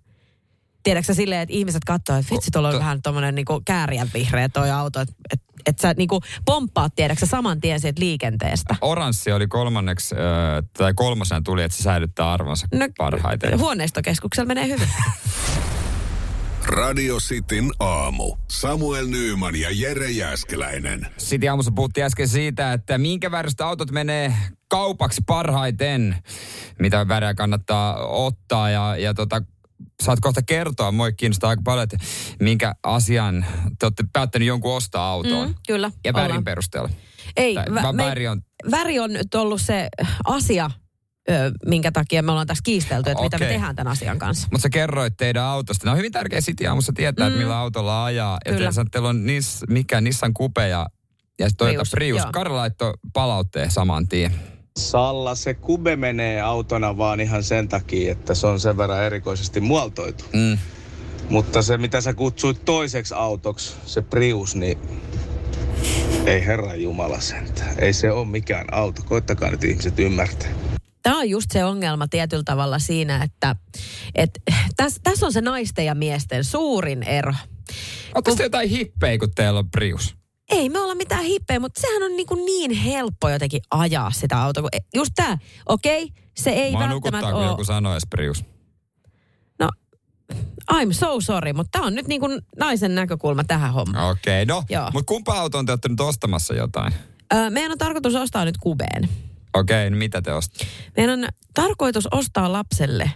Tiedätkö sä silleen, että ihmiset katsoo, että vitsi, tuolla on
To-
vähän tommonen niinku kääriän vihreä toi auto. Että et, et sä niinku pomppaat, tiedätkö sä, saman tien siitä liikenteestä.
Oranssi oli kolmanneksi, ö, tai kolmasena tuli, että se säilyttää arvonsa no, parhaiten.
Huoneistokeskuksella menee hyvin.
Radio Cityn aamu. Samuel Nyyman ja Jere Jäskeläinen.
Sitten aamussa puhuttiin äsken siitä, että minkä väristä autot menee kaupaksi parhaiten, mitä väriä kannattaa ottaa ja, ja tota, saat kohta kertoa, moi kiinnostaa aika paljon, että minkä asian te olette päättänyt jonkun ostaa autoon.
Mm, kyllä,
Ja värin
ollaan.
perusteella.
Ei,
Tai
vä-
vaan
me-
väri on-
väri on nyt ollut se asia, ö, minkä takia me ollaan tässä kiistelty, että mitä me
Okei.
tehdään tämän asian kanssa.
Mutta sä kerroit teidän autosta. Nämä on hyvin tärkeä City aamussa tietää, mm. että millä autolla ajaa. Ja
Kyllä.
teillä sanoo, että teillä on nis, mikä Nissan Coupe ja, ja sitten Toyota
Prius,
Prius. Prius.
joo.
Kari laittoi palautteen saman tien.
Salla se kube menee autona vaan ihan sen takia, että se on sen verran erikoisesti muotoitu.
Mm.
Mutta se, mitä sä kutsuit toiseksi autoksi, se Prius, niin ei herra Jumala sentään. Ei se ole mikään auto. Koittakaa nyt ihmiset ymmärtää.
Tämä on just se ongelma tietyllä tavalla siinä, että et, tässä täs on se naisten ja miesten suurin ero.
Oletteko te jotain hippejä, kun teillä on Prius?
Ei me olla mitään hippeä, mutta sehän on niinku niin helppo jotenkin ajaa sitä autoa. kun- e, Just tämä, okei, se ei
Mä
välttämättä
nukuttaa, kun joku
ole.
sanoo edes Prius.
I'm so sorry, mutta tämä on nyt niinku naisen näkökulma tähän hommaan.
Okei, okay, no.
Joo.
Mutta kumpa autoon te olette nyt ostamassa jotain?
Ö, meidän on tarkoitus ostaa nyt kubeen.
Okei, okay, no mitä te ostatte?
Meidän on tarkoitus ostaa lapselle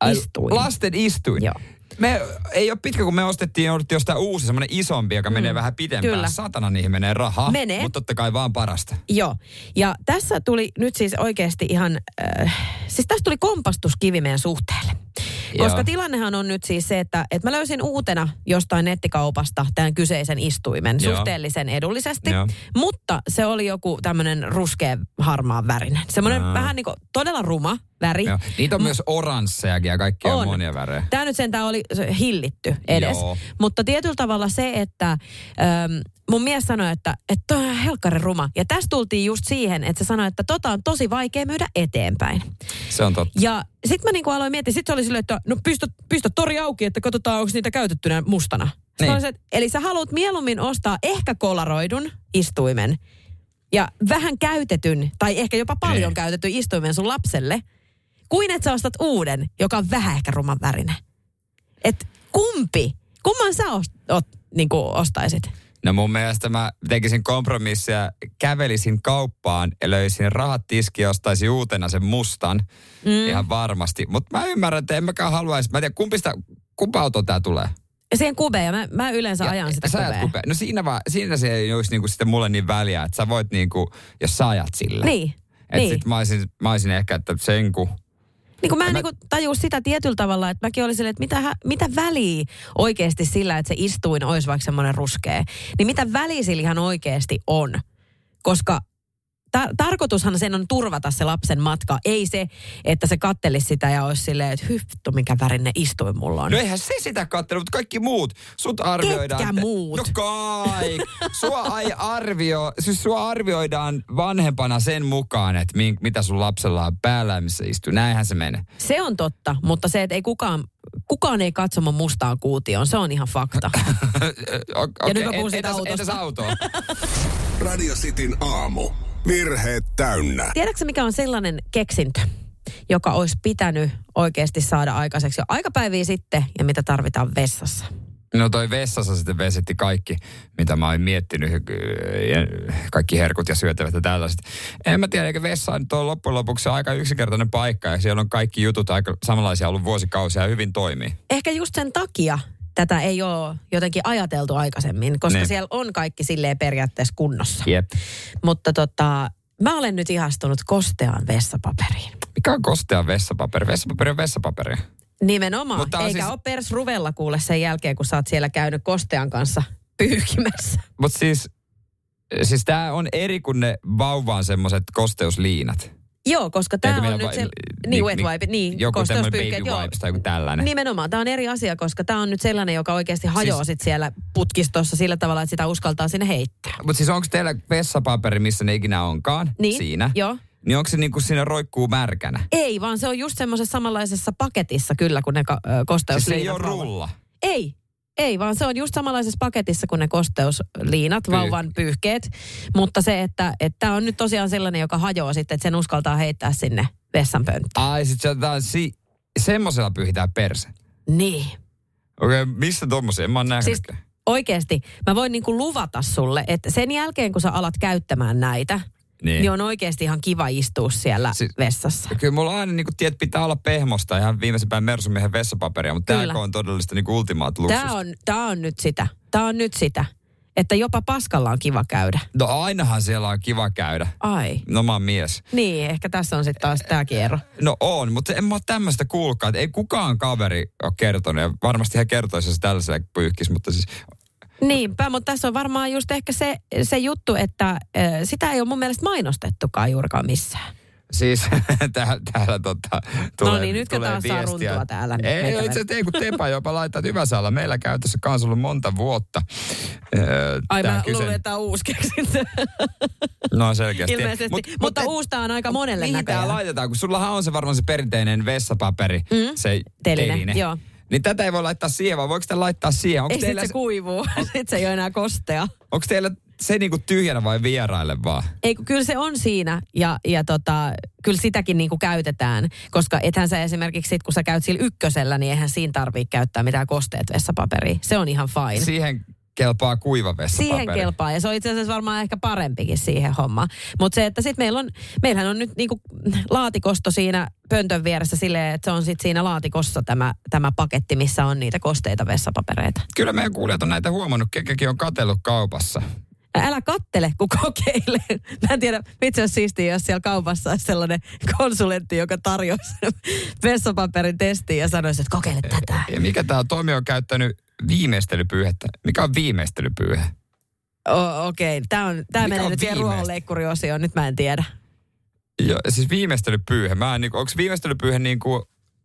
Ai,
istuin.
Lasten istuin.
Joo.
Me, ei ole pitkä, kun me ostettiin jouduttiin jostain uusi, semmoinen isompi, joka mm. menee vähän pitempään.
Kyllä.
Kyllä. Satana niihin menee rahaa.
Menee.
Mutta totta kai vaan parasta.
Joo. Ja tässä tuli nyt siis oikeasti ihan, äh, siis tässä tuli kompastuskivi meidän suhteelle. Koska
Joo.
tilannehan on nyt siis se, että, että mä löysin uutena jostain nettikaupasta tämän kyseisen istuimen
Joo.
suhteellisen edullisesti.
Joo.
Mutta se oli joku tämmöinen ruskea harmaan värinen. Semmoinen
Aa.
vähän niin kuin todella ruma väri.
Joo. Niitä on myös oranssejakin ja kaikkia
On.
on. monia värejä.
Tämä nyt sentään oli se- hillitty edes. Joo.
Joo.
Mutta tietyllä tavalla se, että äm, mun mies sanoi, että että toi on helkkaren ruma. Ja tässä tultiin just siihen, että se sanoi, että tota on tosi vaikea myydä eteenpäin.
Se on totta.
Ja sitten mä niinku aloin miettiä, sit se oli silleen, että no pistä, pistä tori auki, että katsotaan onko niitä käytettynä mustana. Niin.
Niin.
Sanoin, että, eli sä haluat mieluummin ostaa ehkä kolaroidun istuimen ja vähän käytetyn tai ehkä jopa paljon niin.
Niin.
käytetyn istuimen sun lapselle, kuin että sä ostat uuden, joka on vähän ehkä ruman värinen. Et kumpi, kumman sä ost, ot, niinku ostaisit?
No mun mielestä mä tekisin kompromissia, kävelisin kauppaan ja löysin rahat tiski ja ostaisin uutena sen mustan. Mm. Ihan varmasti. Mutta mä ymmärrän, että en mäkään haluaisi. Mä en tiedä, kumpista, kumpa auto tää tulee.
Ja Siihen kubeen, ja mä, mä yleensä ja, ajan sitä
sä ajat
kubeen.
kupea. No siinä, vaan, siinä se ei olisi niinku sitten mulle niin väliä, että sä voit niinku, jos sä ajat sillä.
Niin,
Et
niin.
sit mä olisin, mä olisin ehkä, että sen kun...
Niin kuin mä en
Mä-
mä... Niin tajua sitä tietyllä tavalla, että mäkin olin silleen, että mitä, hä- mitä väliä oikeasti sillä, että se istuin olisi vaikka semmoinen ruskea. Niin mitä väliä sillä ihan oikeasti on? Koska tar- tarkoitushan sen on turvata se lapsen matka. Ei se, että se kattelisi sitä ja olisi silleen, että hyppittu, minkä värinen istuin mulla on.
No eihän se sitä katsele, mutta kaikki muut. Sut arvioidaan...
Ketkä muut?
No kai. Sua, ai arvio, siis sua arvioidaan vanhempana sen mukaan, että mi, mitä sun lapsella on päällä, missä istuu. Näinhän se menee.
Se on totta, mutta se, että ei kukaan kukaan ei katsomaan mustaan kuutioon, se on ihan fakta.
Okay,
nyt mä puhun siitä
entäs,
autosta.
entäs autoa?
Radio Cityn aamu. Virheet täynnä.
Tiedätkö mikä on sellainen keksintö, joka olisi pitänyt oikeasti saada aikaiseksi jo aikapäiviä sitten ja mitä tarvitaan vessassa?
No toi vessassa sitten vesitti kaikki, mitä mä olin miettinyt, ja kaikki herkut ja syötävät ja tällaiset. En mä tiedä, eikö vessa nyt ole loppujen lopuksi aika yksinkertainen paikka, ja siellä on kaikki jutut aika samanlaisia ollut vuosikausia ja hyvin toimii.
Ehkä just sen takia tätä ei ole jotenkin ajateltu aikaisemmin, koska
Niin.
siellä on kaikki silleen periaatteessa kunnossa.
Jep.
Mutta tota, mä olen nyt ihastunut kosteaan vessapaperiin.
Mikä on kostea vessapaperi? Vessapaperi on vessapaperi.
Nimenomaan.
Mutta
Mutta
on
Eikä
siis-
siis... ole pers ruvella kuule sen jälkeen, kun sä oot siellä käynyt kostean kanssa pyyhkimässä.
Mutta siis, siis tämä on eri kuin ne vauvaan semmoiset kosteusliinat.
Joo, koska tämä
Eikö meillä
on nyt
vai-
se...
ni-
Niin,
ni-
wet wipe, niin,
Joku tämmöinen
kosteuspyyhkeet,
baby
joo. Niin.
wipes tai joku tällainen.
Nimenomaan. Tämä on eri asia, koska tämä on nyt sellainen, joka oikeasti hajoaa siis... sit siellä putkistossa sillä tavalla, että sitä uskaltaa sinne heittää.
Mutta siis onko teillä vessapaperi, missä ne ikinä onkaan?
Niin,
Siinä.
joo.
Niin onko se niinku siinä roikkuu märkänä?
Ei, vaan se on just semmoisessa samanlaisessa paketissa kyllä, kun ne ka- ö,
Siis se ei
kosteusliinat.
ole
vauvan-
rulla.
Ei, ei, vaan se on just samanlaisessa paketissa kuin ne kosteusliinat, vauvan pyyhkeet. Mutta se, että tämä on nyt tosiaan sellainen, joka hajoaa sitten, että sen uskaltaa heittää sinne vessanpönttöön.
Ai sit se otetaan si- semmoisella pyyhitään perse.
Niin.
Okei, okay, missä tommosia? En mä oon nähnyt.
Siis oikeasti, mä voin niinku luvata sulle, että sen jälkeen kun sä alat käyttämään näitä,
Niin.
niin, niin on oikeasti ihan kiva istua siellä
Siis-
siis... vessassa.
Kyllä mulla on aina niinku tiet pitää olla pehmosta ihan viimeisen päin mersumiehen vessapaperia, mutta
Kyllä.
tää on todellista niinku ultimaat luksusta.
Tämä on, tää on nyt sitä. Tämä on nyt sitä. Että jopa paskalla on kiva käydä.
No ainahan siellä on kiva käydä.
Ai.
No mä oon mies.
Niin, ehkä tässä on sitten taas tämä kierro.
No on, mutta en mä oo tämmöistä kuulkaan. että Ei kukaan kaveri ole kertonut ja varmasti hän kertoisi, jos tällaisella pyyhkisi, mutta siis
Niinpä, mutta tässä on varmaan just ehkä se, se juttu, että ö, sitä ei ole mun mielestä mainostettukaan juurikaan missään.
Siis täällä, täällä tota, tulee,
No niin, nytkö
tulee
taas saa
viestiä.
runtua täällä
Ei, ei
meikäläisellä?
itse asiassa ei kun Tepa jopa laittaa, että hyvä saada. Meillä käytössä kanssa ollut monta vuotta. Öö,
Ai
tää
mä
kyse-
luulen, että tää on uusi keksintö
No selkeästi.
ilmeisesti. Mut, mutta
et-
uusta on aika monelle
Mihin tää
näköjään.
laitetaan, kun sullahan on se varmaan se perinteinen vessapaperi, mm. se teline.
Teline, joo.
Niin tätä ei voi laittaa siihen, vaan voiko sitä laittaa siihen? Onko
Ei sit
teillä,
se kuivuu, sit se ei ole enää kostea.
onko teillä se niinku tyhjänä vai vieraille vaan?
Ei, kun kyllä se on siinä ja, ja tota, kyllä sitäkin niinku käytetään, koska ethän sä esimerkiksi sit, kun sä käyt sillä ykkösellä, niin eihän siinä tarvii käyttää mitään kosteet vessapaperia. Se on ihan fine.
Siihen kelpaa kuiva vessapaperi.
Siihen kelpaa ja se on itse asiassa varmaan ehkä parempikin siihen hommaan. Mutta se, että sitten meillä on, meillähän on nyt niinku laatikosto siinä pöntön vieressä silleen, että se on sitten siinä laatikossa tämä, tämä paketti, missä on niitä kosteita vessapapereita.
Kyllä meidän kuulijat on näitä huomannut, kekäkin on katellut kaupassa.
Älä kattele, kun kokeile. Mä en tiedä, itse olisi siistiä, jos siellä kaupassa olisi sellainen konsulentti, joka tarjoaisi vessapaperin testiin ja sanoisi, että kokeile tätä.
Ja mikä tämä Tomi on käyttänyt viimeistelypyyhettä? Mikä on viimeistelypyyhe?
O- Okei, okay. tämä
Mikä
menee
on
nyt vielä
viimeistä?
ruohonleikkuriosioon, nyt mä en tiedä.
Jo, siis viimeistelypyyhe. Mä en, niinku, onko viimeistelypyyhe niin kuin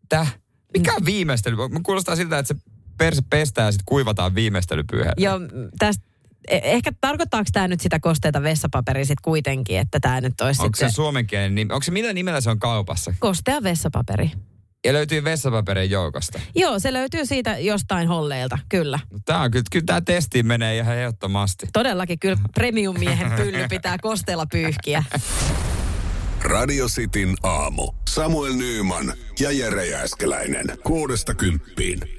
täh?
Mm.
Mikä on viimeistely? Mä kuulostaa siltä, että se perse pestää ja sitten kuivataan viimeistelypyyhe.
Joo, tästä, eh- ehkä tarkoittaako tämä nyt sitä kosteita vessapaperia sitten kuitenkin, että tämä nyt olisi
Onko se
sitten
suomenkielinen nimi? Onko se millä nimellä se on kaupassa?
kostea vessapaperi.
Ja löytyy vessapaperien joukosta.
Joo, se löytyy siitä jostain holleilta, kyllä.
No, tää on kyllä, kyllä tämä testiin menee ihan ehdottomasti.
Todellakin kyllä premium-miehen pylly pitää kosteella pyyhkiä.
Radio Cityn aamu. Samuel Nyyman ja Jere Jääskeläinen. Kuudesta kymppiin.